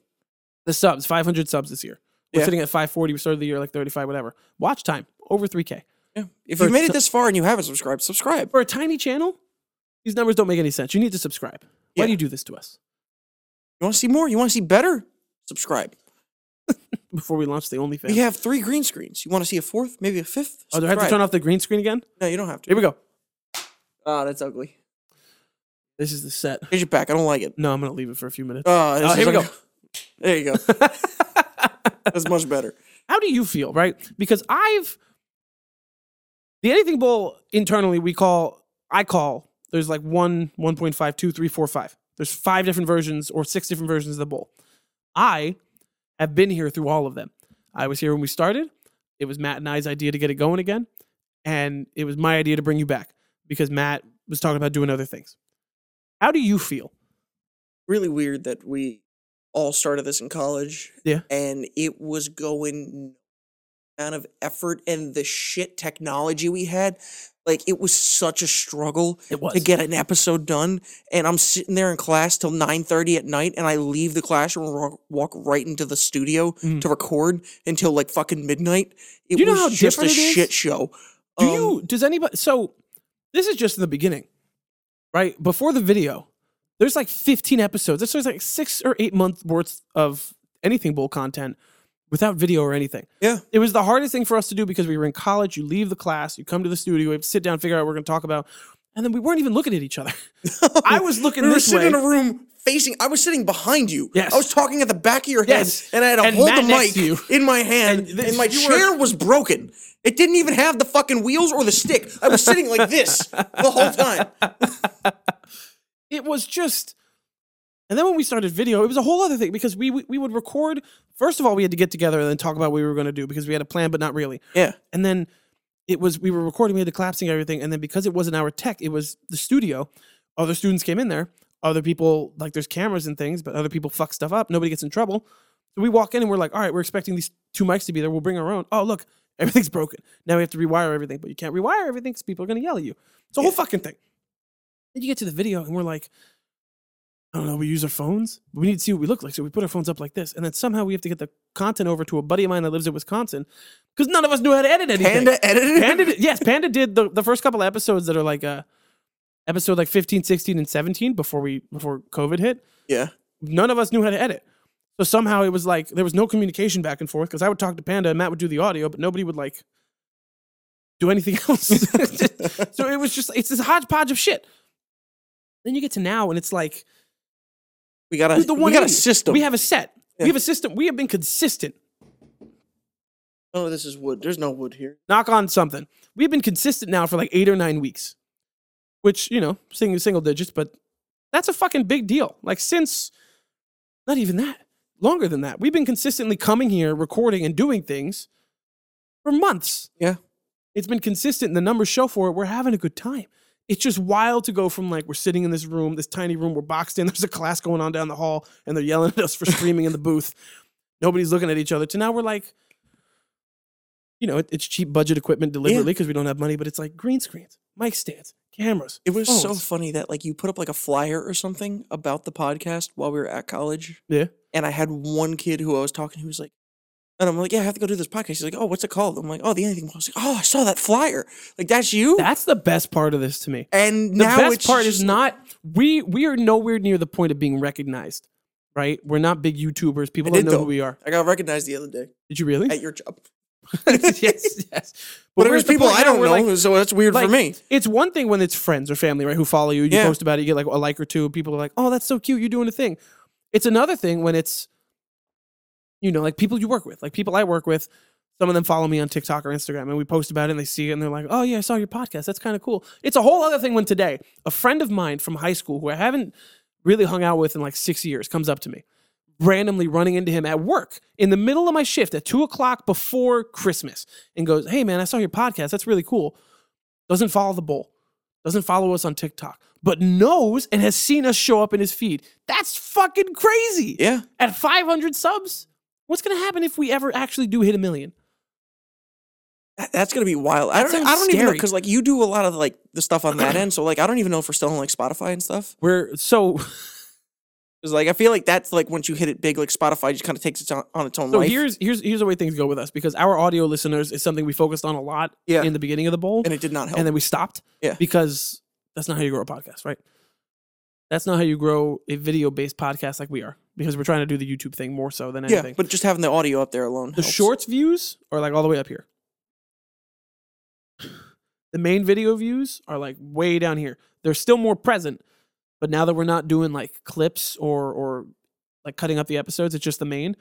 The subs, 500 subs this year. We're
Yeah.
sitting at 540. We started the year like 35, whatever. Watch time, over 3K.
Yeah. If
For
you've
so-
made it this far and you haven't subscribed, subscribe.
For a tiny channel, these numbers don't make any sense. You need to subscribe. Why
Yeah.
do you do this to us?
You want to see more? You want to see better? Subscribe.
Before we launch the OnlyFans.
We have three green screens. You want to see a fourth, maybe a fifth?
oh, do I have to
Subscribe.
turn off the green screen again?
No, you don't have to.
Here we go. Ah,
Oh, that's ugly.
This is the set.
Change it back. I don't like it.
No, I'm going to leave it for a few minutes.
Oh, this
Oh,
is
here we go.
ugly. There you go. That's much better.
How do you feel, right? Because I've the anything bowl internally we call I call there's like one, 1.5, two, three, four, five. There's five different versions or six different versions of the bowl. I have been here through all of them. I was here when we started. It was Matt and I's idea to get it going again. And it was my idea to bring you back because Matt was talking about doing other things. How do you feel?
Really weird that we all started this in college.
Yeah.
And it was going amount of effort and the shit technology we had. Like it was such a struggle
It was
to get an episode done. And I'm sitting there in class till 9:30 at night and I leave the classroom and ro- walk right into the studio
Mhm.
to record until like fucking midnight. It
Do you know
was
how
just a
different it is?
shit show.
Do
Um,
you? Does anybody? So this is just the beginning. right before the video there's like 15 episodes this was like six or eight month worth of anything bowl content without video or anything
Yeah.
it was the hardest thing for us to do because we were in college you leave the class you come to the studio we have to sit down figure out what we're going to talk about and then we weren't even looking at each other i was looking
We were
this
sitting
way
in a room facing. I was sitting behind you.
Yes.
I was talking at the back of your head,
Yes.
and I had to
And
hold
Matt
the
next
mic
to you.
in my hand,
And
and,
this-
my
you were-
chair was broken. It didn't even have the fucking wheels or the stick. I was sitting like this the whole time.
it was just and then when we started video it was a whole other thing because we, we we would record first of all we had to get together and then talk about what we were going to do because we had a plan but not really
Yeah.
and then it was we were recording we had the collapsing everything and then because it wasn't our tech it was the studio other students came in there other people like there's cameras and things but other people fuck stuff up nobody gets in trouble so we walk in and we're like all right we're expecting these two mics to be there we'll bring our own oh look everything's broken now we have to rewire everything but you can't rewire everything because people are going to yell at you it's a whole fucking thing then you get to the video and we're like I don't know, we use our phones. We need to see what we look like. So we put our phones up like this. And then somehow we have to get the content over to a buddy of mine that lives in Wisconsin because none of us knew how to edit anything.
Panda edited.
Panda did, yes, Panda did the, the first couple of episodes that are like uh episode like 15, 16 and 17 before we before COVID hit.
Yeah.
None of us knew how to edit. So somehow it was like there was no communication back and forth because I would talk to Panda and Matt would do the audio, but nobody would like do anything else. so it was just it's this hodgepodge of shit. Then you get to now and it's like
We got a
the one
we got a
eighty.
system.
we have a set.
Yeah.
We have a system. We have been consistent.
oh, this is wood. There's no wood here.
Knock on something. We've been consistent now for like eight or nine weeks, which you know, single single digits, but that's a fucking big deal. Like since, not even that, longer than that. We've been consistently coming here, recording and doing things for months.
Yeah.
it's been consistent. and The numbers show for it. We're having a good time. It's just wild to go from like we're sitting in this room, this tiny room, we're boxed in. There's a class going on down the hall, and they're yelling at us for screaming in the booth. Nobody's looking at each other. To now we're like, you know, it, it's cheap budget equipment deliberately because we don't have money, but it's like green screens, mic stands, cameras.
It was so
phones.
funny that like you put up like a flyer or something about the podcast while we were at college.
Yeah.
And I had one kid who I was talking to was like, and I'm like, yeah, I have to go do this podcast. He's like, oh, what's it called? I'm like, oh, the anything. I was like, oh, I saw that flyer. Like that's you.
That's the best part of this to me.
and
The
now
best
it's
part
just,
is not we we are nowhere near the point of being recognized, right? We're not big YouTubers. People
I
don't
did,
know who
though.
we are.
I got recognized the other day
Did you really?
at your job.
yes, yes. But,
But it
we're
was
at the
people
point
I
now
don't
where,
know,
like,
so that's weird
like,
for me.
It's one thing when it's friends or family, right, who follow you. You
Yeah.
post about it, you get like a like or two. People are like, "Oh, that's so cute. You're doing a thing." It's another thing when it's, you know, like people you work with, like people I work with. Some of them follow me on TikTok or Instagram, and we post about it, and they see it, and they're like, "Oh yeah, I saw your podcast. That's kind of cool." It's a whole other thing when today a friend of mine from high school who I haven't really hung out with in like six years comes up to me, randomly running into him at work in the middle of my shift at two o'clock before Christmas, and goes, "Hey man, I saw your podcast. That's really cool." doesn't follow the bowl, doesn't follow us on TikTok, but knows and has seen us show up in his feed. That's fucking crazy.
Yeah.
At 500 subs, what's going to happen if we ever actually do hit a million?
That- That's gonna be wild.
That
I don't.
sounds
I don't even know
scary.
because like you do a lot of like the stuff on that end. So like I don't even know if we're still on like Spotify and stuff.
We're so
Because like I feel like that's like once you hit it big, like Spotify just kind of takes it on, on its own
so
life.
here's here's here's the way things go with us because our audio listeners is something we focused on a lot
Yeah.
in the beginning of the bowl
and it did not help.
and then we stopped
Yeah.
because that's not how you grow a podcast, right? That's not how you grow a video based podcast like we are because we're trying to do the YouTube thing more so than
yeah,
anything.
but just having the audio up there alone.
The
helps.
shorts views are like all the way up here. The main video views are like way down here. They're still more present, but now that we're not doing like clips or or like cutting up the episodes, it's just the main.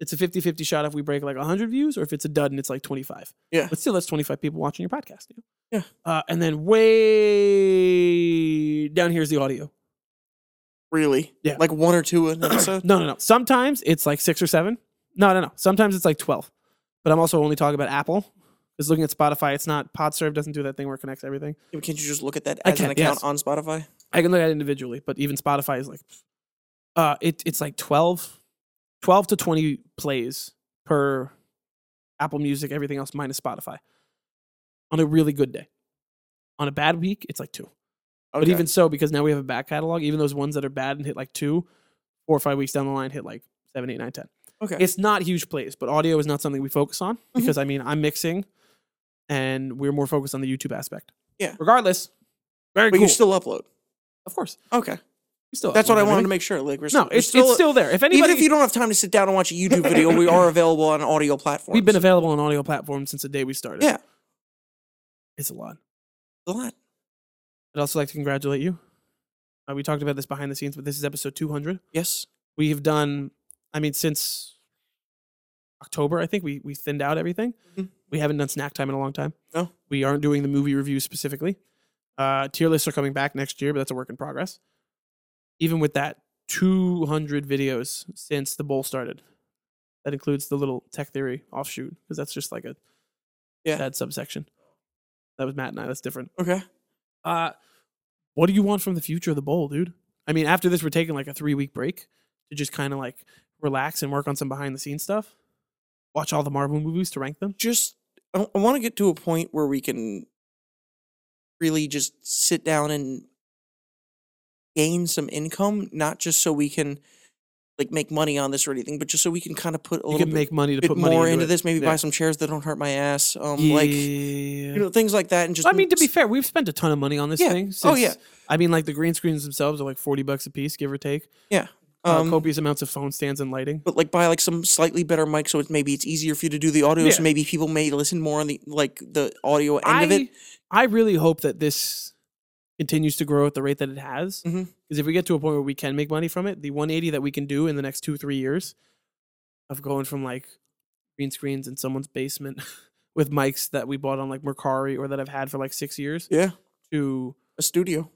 It's a 50-50 shot if we break like 100 views or if it's a dud and it's like 25.
Yeah.
But still that's 25 people watching your podcast. You know?
Yeah.
Uh, and then way down here is the audio.
really.
Yeah.
like one or two an episode.
No, no, no. Sometimes it's like six or seven. No, no, no. Sometimes it's like 12. But I'm also only talking about Apple. Because looking at Spotify, it's not PodServe doesn't do that thing where it connects everything.
Yeah, but Can't you just look at that
I
as an
can,
account
yes.
on Spotify?
I can look at it individually, but even Spotify is like, uh, it, it's like 12, 12 to 20 plays per Apple Music, everything else minus Spotify on a really good day. On a bad week, it's like two. But
Okay.
even so, because now we have a back catalog, even those ones that are bad and hit like two, four or five weeks down the line hit like seven, eight, nine, ten.
okay, Mm-hmm.
It's not huge plays, but audio is not something we focus on because I mean I'm mixing, and we're more focused on the YouTube aspect.
Yeah.
Regardless, very
but
cool.
you still upload.
Of course,
Okay.
we still.
That's what I wanted to
make.
make sure. Like we're s-
No,
we're
it's it's still there. If anybody,
even if you don't have time to sit down and watch a YouTube video, we are available on audio platforms.
we've been available on audio platforms since the day we started.
Yeah.
it's a lot.
a lot.
I'd also like to congratulate you. Uh, we talked about this behind the scenes, but this is episode 200.
Yes.
We have done, I mean, since October, I think we we thinned out everything.
Mhm.
We haven't done snack time in a long time.
No.
we aren't doing the movie reviews specifically. Uh, tier lists are coming back next year, but that's a work in progress. Even with that, 200 videos since the bowl started. That includes the little tech theory offshoot because that's just like a
Yeah.
sad subsection. That was Matt and I. That's different.
Okay.
Uh, what do you want from the future of the bowl, dude? I mean, after this, we're taking like a three week break to just kind of like relax and work on some behind the scenes stuff. Watch all the Marvel movies to rank them.
Just I, want to get to a point where we can really just sit down and gain some income, not just so we can like make money on this or anything, but just so we can kind of put a
You
little
can
bit,
make money to
bit
put money
more
into,
into,
it.
this. Maybe
Yeah.
buy some chairs that don't hurt my ass. Um, like
Yeah.
you know things like that, and just
I mean, to be fair, we've spent a ton of money on this
Yeah.
thing.
Oh, yeah.
I mean, like the green screens themselves are like forty bucks a piece, give or take. Uh,
um,
copious amounts of phone stands and lighting.
but like buy like some slightly better mic so it's maybe it's easier for you to do the audio
Yeah.
so maybe people may listen more on the like the audio end
I
of it
I really hope that this continues to grow at the rate that it has. Because
Mhm.
if we get to a point where we can make money from it, the one eighty that we can do in the next two three years of going from like green screens in someone's basement with mics that we bought on like Mercari or that I've had for like six years
yeah
to
a studio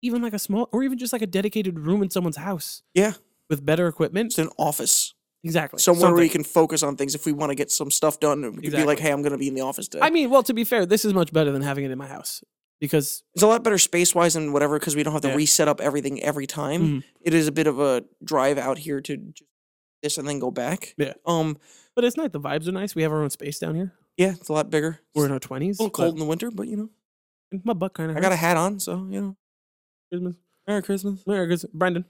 even like a small or even just like a dedicated room in someone's house.
Yeah.
With better equipment.
it's an office
Exactly.
somewhere where we
something.
can focus on things if we want to get some stuff done we could be like
Exactly.
hey i'm going to be in the office today
I mean, well, to be fair, this is much better than having it in my house because
it's a lot better space wise and whatever because we don't have to
Yeah.
reset up everything every time
Mhm.
It is a bit of a drive out here to just this and then go back
Yeah.
um
but it's nice. The vibes are nice. We have our own space down here.
yeah it's a lot bigger
We're in
it's
our twenties.
a little cold in the winter but you know
My butt kind of.
i got a hat on so you know
Christmas.
merry christmas
Merry Christmas, Brendan.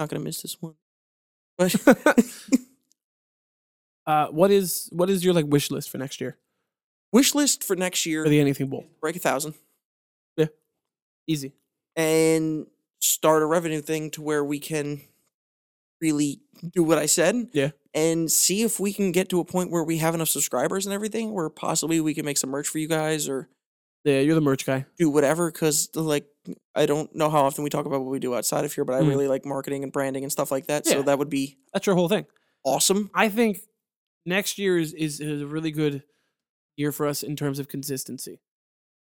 not going to miss this one but
Uh, what is what is your like wish list for next year
wish list for next year
for the Anything Bowl?
break a thousand
Easy.
and start a revenue thing to where we can really do what I said.
Yeah.
And see if we can get to a point where we have enough subscribers and everything where possibly we can make some merch for you guys or
Yeah, you're the merch guy.
do whatever cuz like I don't know how often we talk about what we do outside of here but I
Mm.
really like marketing and branding and stuff like that.
Yeah.
So that would be
That's your whole thing.
awesome.
I think next year is, is is a really good year for us in terms of consistency.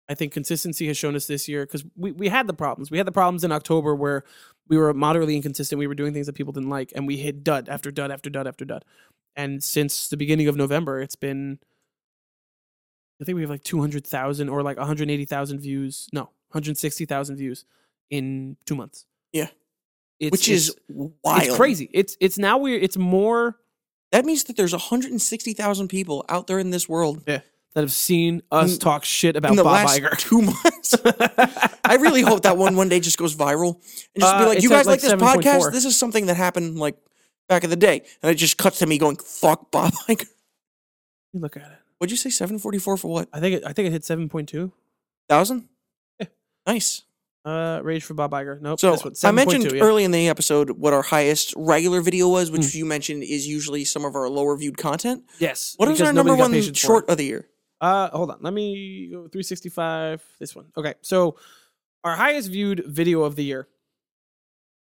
I think consistency has shown us this year because we, we had the problems. We had the problems in October where we were moderately inconsistent. We were doing things that people didn't like, and we hit dud after dud after dud after dud. And since the beginning of November, it's been I think we have like two hundred thousand or like one hundred eighty thousand views. No, one hundred sixty thousand views in two months.
Yeah.
it's,
which is
it's-
wild.
it's crazy. It's it's now we're it's more
That means that there's 160,000 people out there in this world
that have seen us
In-
talk shit about
in the
Bob
last
Iger.
2 months. I really hope that one one day just goes viral and just be
Uh,
like,
it's
you
at,
guys
like,
like, this
7.4.
podcast? This is something that happened like back in the day, and it just cuts to me going, "Fuck Bob Iger."
You look at it.
What'd you say? Seven forty four for what?
I think it, I think it hit seven point two.
Thousand?
Yeah.
Nice.
Uh, Rage for Bob Iger. Nope.
So
this one,
I mentioned
7.2, yeah. Mm.
early in the episode what our highest regular video was, which you mentioned is usually some of our lower viewed content.
Yes.
What was
because
our number
nobody got
one
patience for it.
short of the year?
Uh, hold on. Let me go 365. This one. Okay. So our highest viewed video of the year.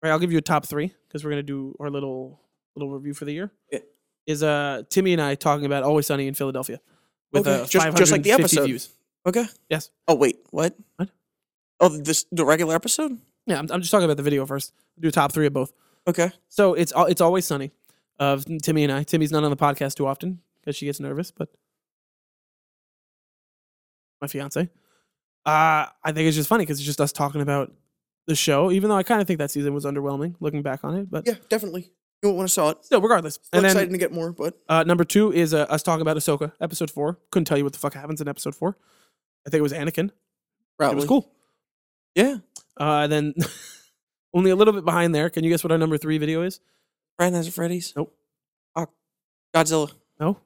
Right. I'll give you a top three because we're gonna do our little little review for the year.
Yeah.
Is uh Timmy and I talking about Always Sunny in Philadelphia with
Okay,
uh,
just- just like the
550
episode.
views.
Okay.
Yes.
Oh wait, what?
What?
Oh, this the regular episode?
Yeah. I'm, I'm just talking about the video first. Do a top three of both.
Okay.
So it's al- it's always sunny of Timmy and I. Timmy's not on the podcast too often because she gets nervous, but my fiance. Uh, I think it's just funny because it's just us talking about the show, even though I kind of think that season was underwhelming looking back on it. But
Yeah, definitely. You won't want to saw it.
still, regardless.
I'm
and then
excited to get more, but
uh, number two is uh, us talking about Ahsoka, episode four. Couldn't tell you what the fuck happens in episode four. I think it was Anakin.
probably
It was cool.
Yeah.
Uh, then only a little bit behind there. Can you guess what our number three video is?
Brian Nights at Freddy's?
Nope.
Ah, Godzilla.
No,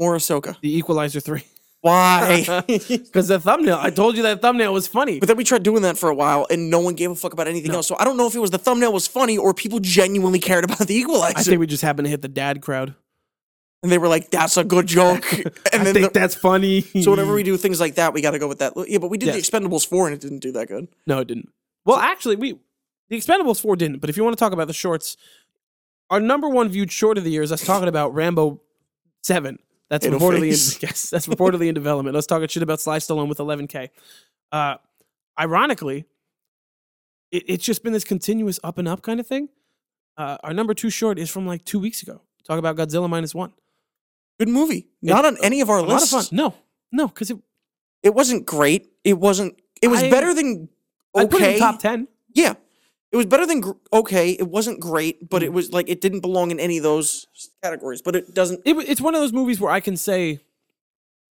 More Ahsoka.
The Equalizer three.
Why?
Because the thumbnail, I told you that thumbnail was funny.
But then we tried doing that for a while, and no one gave a fuck about anything else. So I don't know if it was the thumbnail was funny or people genuinely cared about the Equalizer,
I think we just happened to hit the dad crowd.
and they were like, "That's a good joke." And
I
then
think
the-
that's funny.
so whenever we do things like that, we got to go with that. Yeah, but we did
Yes.
the Expendables four, and it didn't do that good.
No, it didn't. Well, actually, we the Expendables four didn't. But if you want to talk about the shorts, our number one viewed short of the year is us talking about Rambo seven. That's
Fatal
reportedly
Face.
in, yes, that's reportedly in development. Us talking shit about Sly Stallone with 11k. Uh, ironically, it, it's just been this continuous up and up kind of thing. Uh, our number two short is from like two weeks ago. Talk about Godzilla minus one.
Good movie. Not on any of our
A lot of fun.
lists.
No, no, because it
It wasn't great. It wasn't. It was
I-
better than
I put it
okay.
in top ten.
Yeah, it was better than gr- okay. It wasn't great, but
Mm.
it was like it didn't belong in any of those categories. But it doesn't.
it, it's one of those movies where I can say,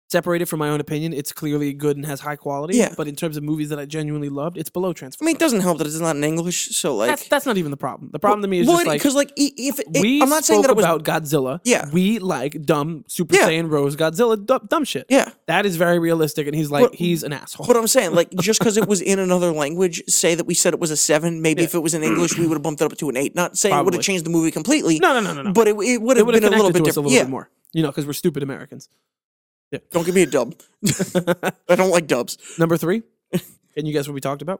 separated from my own opinion, it's clearly good and has high quality.
Yeah.
But in terms of movies that I genuinely loved, it's below
I
Transformers.
mean, it doesn't help that it's not in English. So like,
that's that's not even the problem. The problem to me is
Well,
just
it-
like
'cause, i- if it,
we
I'm not saying that
spoke
it was
about Godzilla.
Yeah.
we like dumb Super
Yeah.
Saiyan Rose Godzilla dumb, dumb shit.
yeah,
That is very realistic, and he's like
But-
he's an asshole.
but I'm saying like just because it was in another language, say that we said it was a seven. Maybe if it was in English, we would have bumped it up to an eight. Not saying it would
Probably.
have changed the movie completely.
no, no, no, no, no.
But it, it would
it
have
would have
been a
connected
little bit
to us a
different.
little
yeah,
bit more, you know, because we're stupid Americans.
don't give me a dub. I don't like dubs.
Number three, can you guess what we talked about?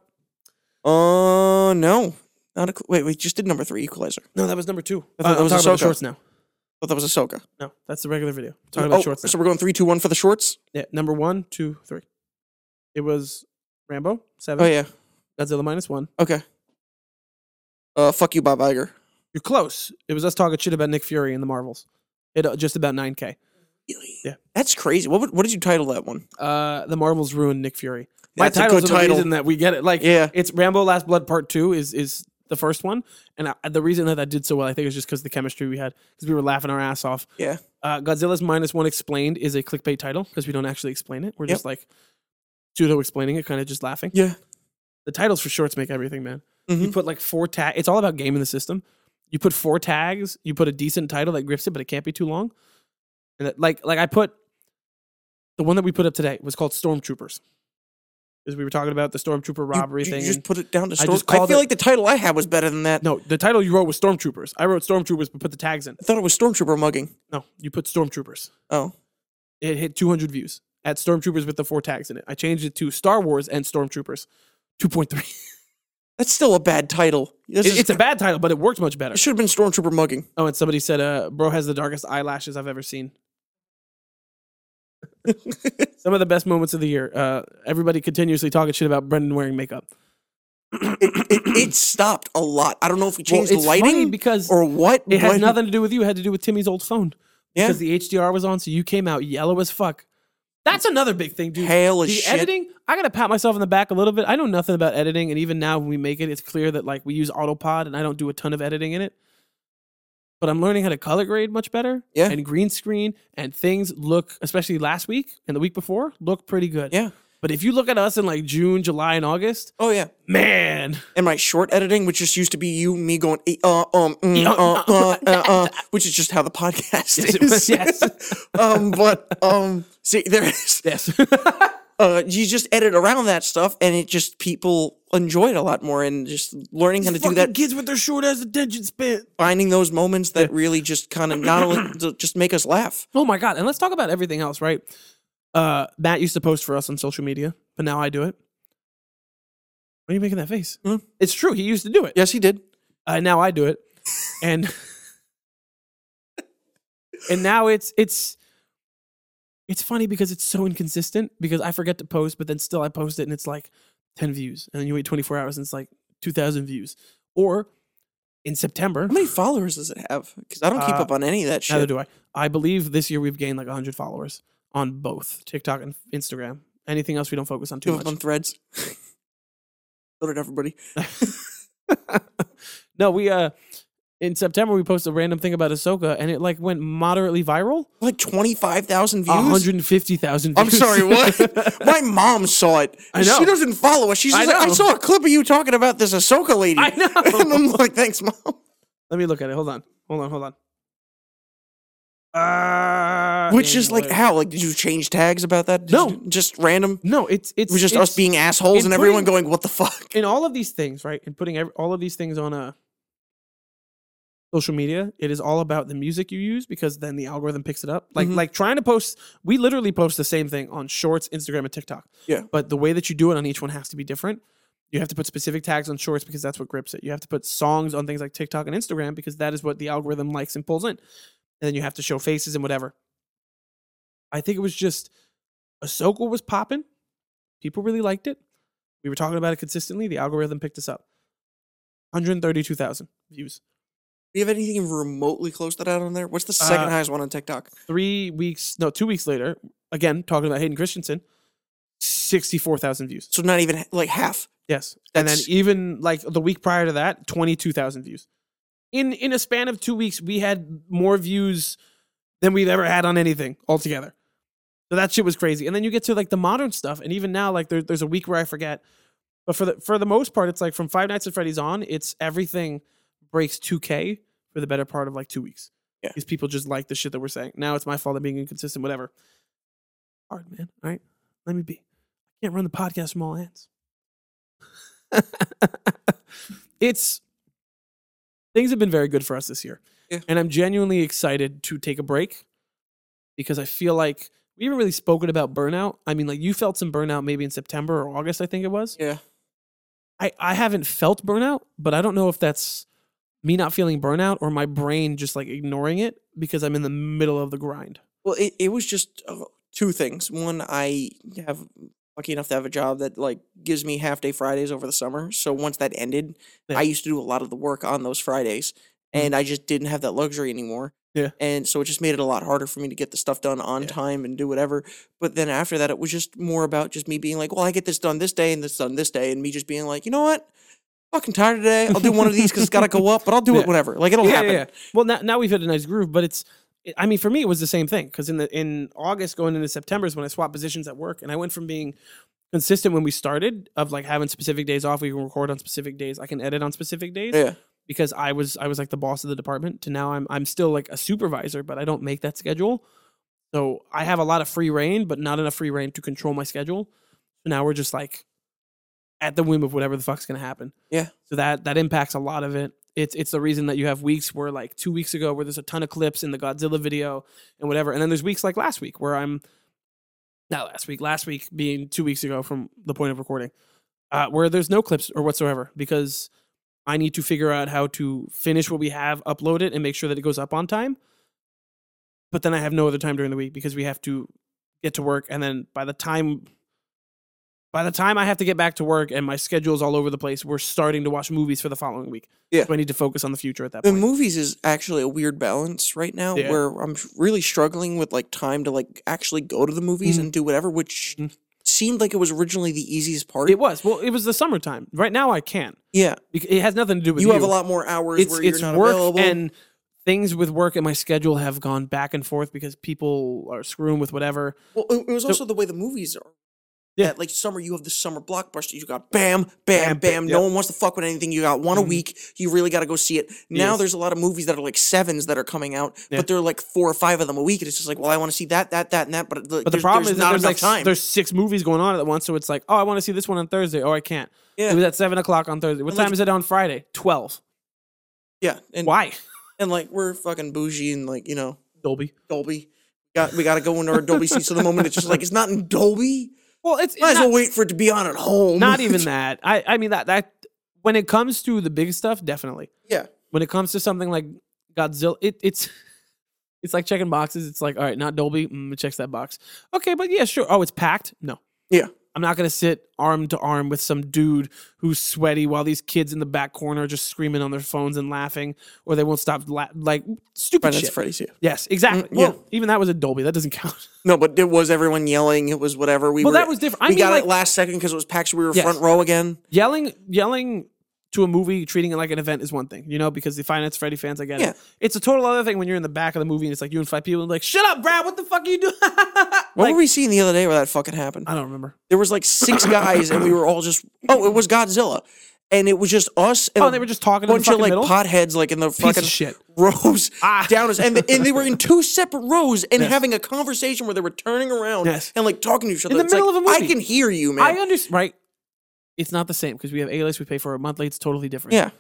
Uh, no, not a, cl- wait. We just did number three, Equalizer.
No, that was number two. Uh,
I thought that
I'm
was
talking about
Ahsoka.
the shorts now.
But that was Ahsoka.
No, that's the regular video. Talking about
oh,
shorts now.
so we're going three, two, one for the shorts.
Yeah, number one, two, three. It was Rambo
Oh
seven,
yeah.
Godzilla minus one.
Okay. Uh, fuck you, Bob Iger.
You're close. It was us talking shit about Nick Fury and the Marvels. It uh, just about nine k. Yeah.
That's crazy. What would, what did you title that one?
Uh, the Marvels ruined Nick Fury. My
That's a
titles
good
are the
title.
reason that we get it. Like,
Yeah.
it's Rambo Last Blood Part Two is is the first one, and I, the reason that I did so well, I think, is just because the chemistry we had, because we were laughing our ass off.
Yeah.
Uh, Godzilla's minus one explained is a clickbait title because we don't actually explain it. We're just like pseudo explaining it, kind of just laughing.
Yeah.
The titles for shorts make everything, man. You
Mhm.
put like four tag. It's all about gaming the system. You put four tags. You put a decent title that grips it, but it can't be too long. And that, like, like I put the one that we put up today was called Stormtroopers, because we were talking about the stormtrooper
You-
robbery
you,
thing.
You just
and-
put it down to
I
storm. I,
just called
feel
it-
like the title I had was better than that.
no, the title you wrote was Stormtroopers. I wrote Stormtroopers, but put the tags in.
I thought it was Stormtrooper mugging.
No, you put Stormtroopers.
Oh,
It hit 200 views at Stormtroopers with the four tags in it. I changed it to Star Wars and Stormtroopers, 2.3.
that's still a bad title. This
It-
is-
it's a bad title, but it worked much better.
it should have been Stormtrooper mugging.
Oh, and somebody said, uh, "Bro has the darkest eyelashes I've ever seen." Some of the best moments of the year. Uh, everybody continuously talking shit about Brendan wearing makeup.
It, it stopped a lot. I don't know if we changed
well, it's
the lighting
funny because
or what.
it has
but-
nothing to do with you. It had to do with Timmy's old phone
Yeah.
because the HDR was on, so you came out yellow as fuck. That's another big thing, dude.
Pale
the
as shit.
editing, I gotta pat myself on the back a little bit. I know nothing about editing, and even now when we make it, it's clear that like we use Autopod, and I don't do a ton of editing in it. But I'm learning how to color grade much better,
Yeah.
and green screen, and things look, especially last week and the week before, look pretty good.
Yeah.
But if you look at us in like June, July, and August,
Oh yeah.
man,
And my short editing, which just used to be you, me going eh, uh um mm,
Yeah,
uh,
uh,
uh, uh, uh, which is just how the podcast
Yes, it
is.
was, yes.
um, but um, see, there is
yes,
uh, you just edit around that stuff, and it just people enjoy it a lot more, and just learning how to do that,
kids with their short ass attention span.
finding those moments that really just kind of not only to just make us laugh.
Oh my god! And let's talk about everything else, right? Uh, Matt used to post for us on social media, but now I do it. Why are you making that face?
Hmm?
It's true. He used to do it.
Yes, he did.
Uh, now I do it, and and now it's it's it's funny because it's so inconsistent. Because I forget to post, but then still I post it, and it's like ten views, and then you wait twenty four hours, and it's like two thousand views. Or in September,
How many followers does it have? Because I don't keep
Uh,
up on any of that shit.
Neither do I. I believe this year we've gained like 100 followers on both TikTok and Instagram. Anything else we don't focus on
Give
too
up on
much.
threads. so did everybody.
No, we uh in September we posted a random thing about Ahsoka and it like went moderately viral.
Like twenty five thousand views.
150,000 views.
I'm sorry, what? My mom saw it.
I
She
know.
doesn't follow us. She's
I
just like, I
know.
saw a clip of you talking about this Ahsoka lady.
I
and
know.
I'm like, thanks, mom.
Let me look at it. Hold on. Hold on, hold on. Uh,
Which is
yeah,
like
whatever.
how? Like, did you change tags about that? Did
No.
you- just random.
no, it's it's
It was just
it's,
us being assholes
in
and everyone
putting-
going, "What the fuck?"
in all of these things, right? And putting every, all of these things on a social media, it is all about the music you use because then the algorithm picks it up. Like
Mhm.
like trying to post, we literally post the same thing on Shorts, Instagram, and TikTok.
Yeah.
But the way that you do it on each one has to be different. You have to put specific tags on Shorts because that's what grips it. You have to put songs on things like TikTok and Instagram because that is what the algorithm likes and pulls in. And then you have to show faces and whatever. I think it was just Ahsoka was popping. People really liked it. We were talking about it consistently. The algorithm picked us up. 132,000 views.
Do you have anything remotely close to that on there? What's the second
Uh,
highest one on TikTok?
Three weeks, no, two weeks later, again, talking about Hayden Christensen, 64,000 views.
So not even like half.
Yes. And then
That's-
even like the week prior to that, 22,000 views. In in a span of 2 weeks, we had more views than we've ever had on anything altogether. So that shit was crazy. And then you get to like the modern stuff and even now like there, there's a week where I forget. But for the for the most part it's like from 5 Nights at Freddy's on, it's everything breaks 2k for the better part of like 2 weeks.
Yeah.
Because people just like the shit that we're saying. Now it's my fault of being inconsistent whatever. Hard man, all right? Let me be. I can't run the podcast from all ends it's things have been very good for us this year.
Yeah.
And I'm genuinely excited to take a break because I feel like we haven't really spoken about burnout. I mean, like you felt some burnout maybe in September or August, I think it was.
Yeah.
I, I haven't felt burnout, but I don't know if that's me not feeling burnout or my brain just like ignoring it because I'm in the middle of the grind.
Well, it, it was just uh, two things. One, I have lucky enough to have a job that like gives me half day Fridays over the summer. So once that ended,
Yeah. Mm-hmm.
I used to do a lot of the work on those Fridays, and I just didn't have that luxury anymore.
Yeah.
And so it just made it a lot harder for me to get the stuff done on
Yeah.
time and do whatever. But then after that, it was just more about just me being like, well, I get this done this day and this done this day, and me just being like, you know what? Fucking tired today. I'll do one of these because it's got to go up, but I'll do
Yeah.
it whenever. Like it'll happen.
Well, now, now we've hit a nice groove, but it's. it- I mean, for me, it was the same thing because in the in August going into September is when I swapped positions at work, and I went from being consistent when we started of like having specific days off. We can record on specific days. I can edit on specific days
Yeah.
because I was I was like the boss of the department. To now I'm I'm still like a supervisor, but I don't make that schedule. So I have a lot of free reign, but not enough free reign to control my schedule. So now we're just like at the whim of whatever the fuck's gonna happen.
Yeah.
So that that impacts a lot of it. It's it's the reason that you have weeks where like two weeks ago where there's a ton of clips in the Godzilla video and whatever, and then there's weeks like last week where I'm not last week, last week being two weeks ago from the point of recording, uh, where there's no clips or whatsoever because I need to figure out how to finish what we have, upload it, and make sure that it goes up on time. But then I have no other time during the week because we have to get to work, and then by the time by the time I have to get back to work and my schedule's all over the place, we're starting to watch movies for the following week.
Yeah.
So I need to focus on the future at that
the
point.
movies is actually a weird balance right now
Yeah.
where i'm s- really struggling with like time to like actually go to the movies
Mhm.
and do whatever which
Mhm.
seemed like it was originally the easiest part
It was well, it was the summertime. Right now, I can't.
yeah
Bec- It has nothing to do with
you
you.
have a lot more hours
it's
where
it's
you're not
work
available
and things with work and my schedule have gone back and forth because people are screwing with whatever.
well, it it was
so-
also the way the movies are
Yeah.
That, like summer you have the summer blockbuster you got bam bam bam,
Bam, bam,
no
yep.
one wants to fuck with anything you got one
Mhm.
a week you really got to go see it now
Yes.
there's a lot of movies that are like sevens that are coming out
Yeah.
but they're like four or five of them a week and it's just like well i want to see that that that and that but, like,
But the
there's,
problem
there's
is that
not
there's
enough
like s-
time
there's six movies going on at once, so it's like, oh, I want to see this one on Thursday. Oh, I can't.
Yeah.
It was at seven o'clock on Thursday. What
And, like-
time is it on Friday? Twelve.
yeah and
Why?
and like we're fucking bougie and like you know
Dolby.
Dolby. Got we got to go into our Dolby seats. So the moment it's just like it's not in Dolby.
Well, it's,
Might as
not,
well wait for it to be on at home.
not even that. I I mean that that when it comes to the big stuff, definitely.
yeah.
When it comes to something like Godzilla, it it's. It's like checking boxes. It's like, all right, not Dolby. Mm, it checks that box. Okay, but yeah, sure. Oh, it's packed. No,
Yeah.
I'm not gonna sit arm to arm with some dude who's sweaty while these kids in the back corner are just screaming on their phones and laughing, or they won't stop la- like stupid
Friday
shit.
Freddy's. Yeah.
Yes, exactly.
Mm, yeah.
Well, even that was a Dolby. That doesn't count.
No, but it was everyone yelling. It was whatever. We
Well,
were,
that was different. I
we
mean,
got
like
it last second because it was packed. So we were
Yes.
front row again.
yelling, yelling to a movie, treating it like an event is one thing, you know, because the Finance Freddy fans, I get
Yeah.
it. It's a total other thing when you're in the back of the movie and it's like you and five people, and like, shut up, Brad. What the fuck are you doing?
What
Like,
were we seeing the other day where that fucking happened?
I don't remember.
There was like six guys, and we were all just oh, it was Godzilla, and it was just us and
Oh,
a
they were just talking in the
bunch of
fucking
like
middle.
potheads like in the
Piece
fucking
of shit.
rows
Ah.
down us, and, and they were in two separate rows and
Yes.
having a conversation where they were turning around
Yes.
and like talking to each other
the
It's like,
middle of a movie.
I can hear you,
I
man.
understand. Right? It's not the same because we have A list we pay for a monthly. It's totally different.
yeah,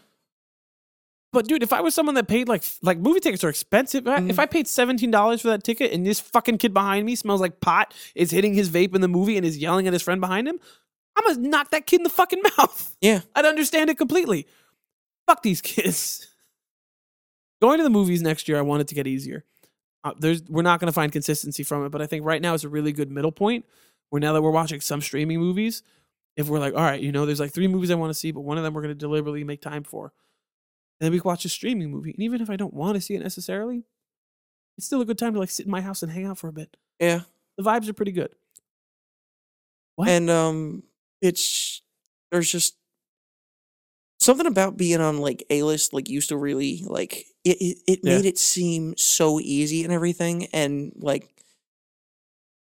But dude, if I was someone that paid like like movie tickets are expensive, I- if I paid seventeen dollars for that ticket and this fucking kid behind me smells like pot, is hitting his vape in the movie and is yelling at his friend behind him, I'm gonna knock that kid in the fucking mouth.
yeah.
I'd understand it completely. Fuck these kids. Going to the movies next year, I want it to get easier. Uh, there's we're not gonna find consistency from it, but I think right now is a really good middle point. Where now that we're watching some streaming movies, if we're like, all right, you know, there's like three movies I want to see, but one of them we're gonna deliberately make time for. And then we watch a streaming movie. And even if I don't want to see it necessarily, it's still a good time to like sit in my house and hang out for a bit.
Yeah.
The vibes are pretty good. What?
And um it's there's just something about being on like A list like used to really like it it, it
Yeah.
made it seem so easy and everything and like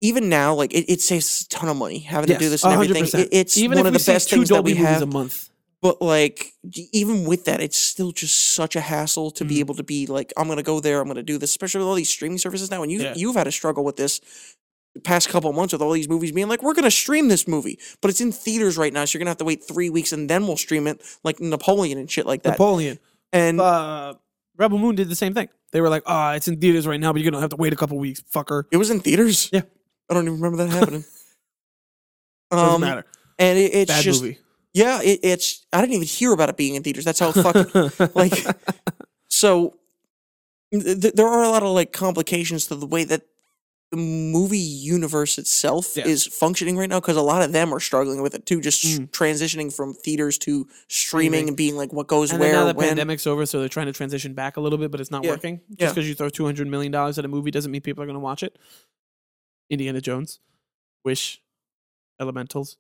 even now, like it, it saves a ton of money having to do this and everything. It- it's
even
one
if
of
we
the
see
best
two
things that
Dolby
we
movies a
have.
month.
But like, d- even with that, it's still just such a hassle to
Mhm.
be able to be like, I'm gonna go there, I'm gonna do this, especially with all these streaming services now. And you
Yeah.
you've had a struggle with this the past couple months with all these movies being like, we're gonna stream this movie, but it's in theaters right now, so you're gonna have to wait three weeks and then we'll stream it, like Napoleon and shit like that.
Napoleon.
and
Uh, Rebel Moon did the same thing. They were like, ah, it's in theaters right now, but you're gonna have to wait a couple weeks, fucker.
it was in theaters.
Yeah.
I don't even remember that happening.
Doesn't
um,
matter.
and it, it's
Bad
just
movie.
yeah, it, it's I didn't even hear about it being in theaters. That's how fucking like so th- th- there are a lot of like complications to the way that the movie universe itself
Yeah.
is functioning right now because a lot of them are struggling with it too just s- transitioning from theaters to streaming,
Mm. Streaming.
and being like what goes
and then now
where
the
when
pandemic's over, so they're trying to transition back a little bit, but it's not
Yeah.
working. Just
Yeah.
because you throw two hundred million dollars at a movie doesn't mean people are going to watch it. Indiana Jones, Wish, Elementals,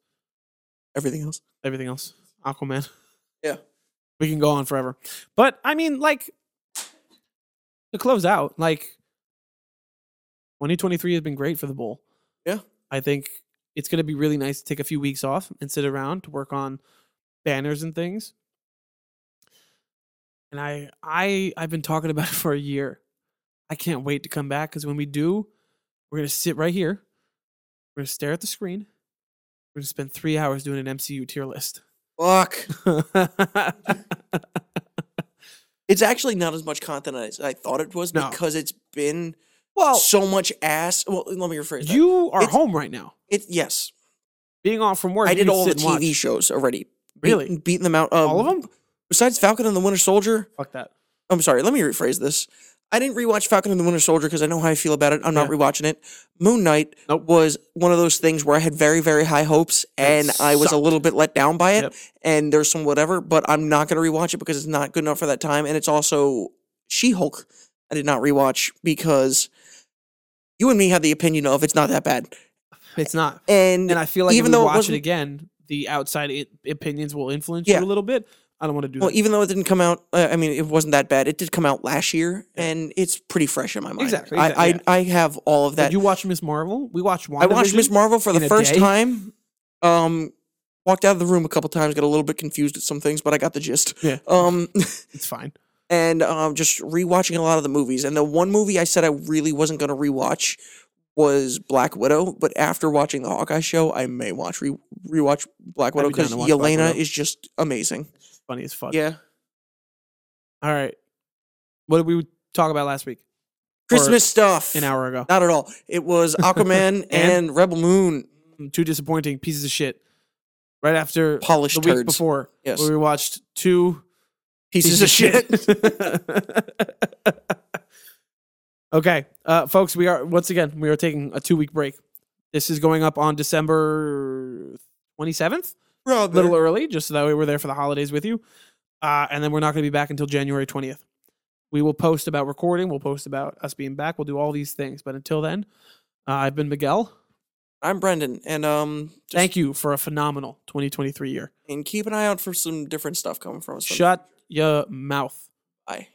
everything else
everything else, Aquaman.
Yeah.
we can go on forever. But I mean, like to close out, like twenty twenty three has been great for the bowl.
Yeah.
I think it's going to be really nice to take a few weeks off and sit around to work on banners and things. And I I I've been talking about it for a year. I can't wait to come back cuz when we do, we're going to sit right here. We're going to stare at the screen. We're going to spend 3 hours doing an MCU tier list.
fuck it's actually not as much content as I thought it was
No.
because it's been
well,
so much ass well let me rephrase that.
you are
It's-
home right now.
it yes
Being off from work,
I
you
did
can
all the
sit and watch.
TV shows already Beat-
Really?
beating them out um,
All of them?
besides Falcon and the Winter Soldier
Fuck that.
I'm sorry, let me rephrase this. I didn't rewatch Falcon and the Winter Soldier because I know how I feel about it. I'm not
Yeah.
rewatching it. Moon Knight
Nope.
was one of those things where I had very, very high hopes and I was a
sucked.
little bit let down by it.
Yep.
And there's some whatever, but I'm not going to rewatch it because it's not good enough for that time. And it's also She Hulk. I did not rewatch because you and me had the opinion of it's not that bad.
It's not.
And,
And I feel like
even
even if we
though it
watch it,
wasn't-
again, the outside i opinions will influence
Yeah.
you a little bit. I don't want to do
well,
that.
even though it didn't come out, uh, I mean, it wasn't that bad. It did come out last year
Yeah.
and it's pretty fresh in my mind.
Exactly,
I,
exactly,
I, I have all of
Did
that.
you watch Miss Marvel? We watched WandaVision.
I watched Miss Marvel for
in
the
a
first
day?
time. Um, walked out of the room a couple times, got a little bit confused at some things, but I got the gist.
Yeah.
Um,
It's fine.
and um, just rewatching a lot of the movies. And the one movie I said I really wasn't going to rewatch was Black Widow. But after watching the Hawkeye show, I may watch re- rewatch Black Widow
be down
because
to watch Black
Yelena
Widow.
is just amazing.
It's funny as fuck.
Yeah,
All right. What did we talk about last week?
Christmas stuff.
An hour ago.
Not at all. It was Aquaman and Rebel Moon.
Two disappointing pieces of shit. Right after
Polished
the week
turds.
before,
Yes.
where we watched two
Pieces, of shit.
okay, uh, folks, we are once again we are taking a two week break. This is going up on December twenty seventh, a
Brother.
little early, just so that way we're there for the holidays with you. Uh, and then we're not going to be back until January twentieth. We will post about recording. We'll post about us being back. We'll do all these things. But until then, uh, I've been Miguel.
I'm Brendan, and um, just-
Thank you for a phenomenal 2023 year.
and keep an eye out for some different stuff coming from us.
Shut your mouth.
Bye.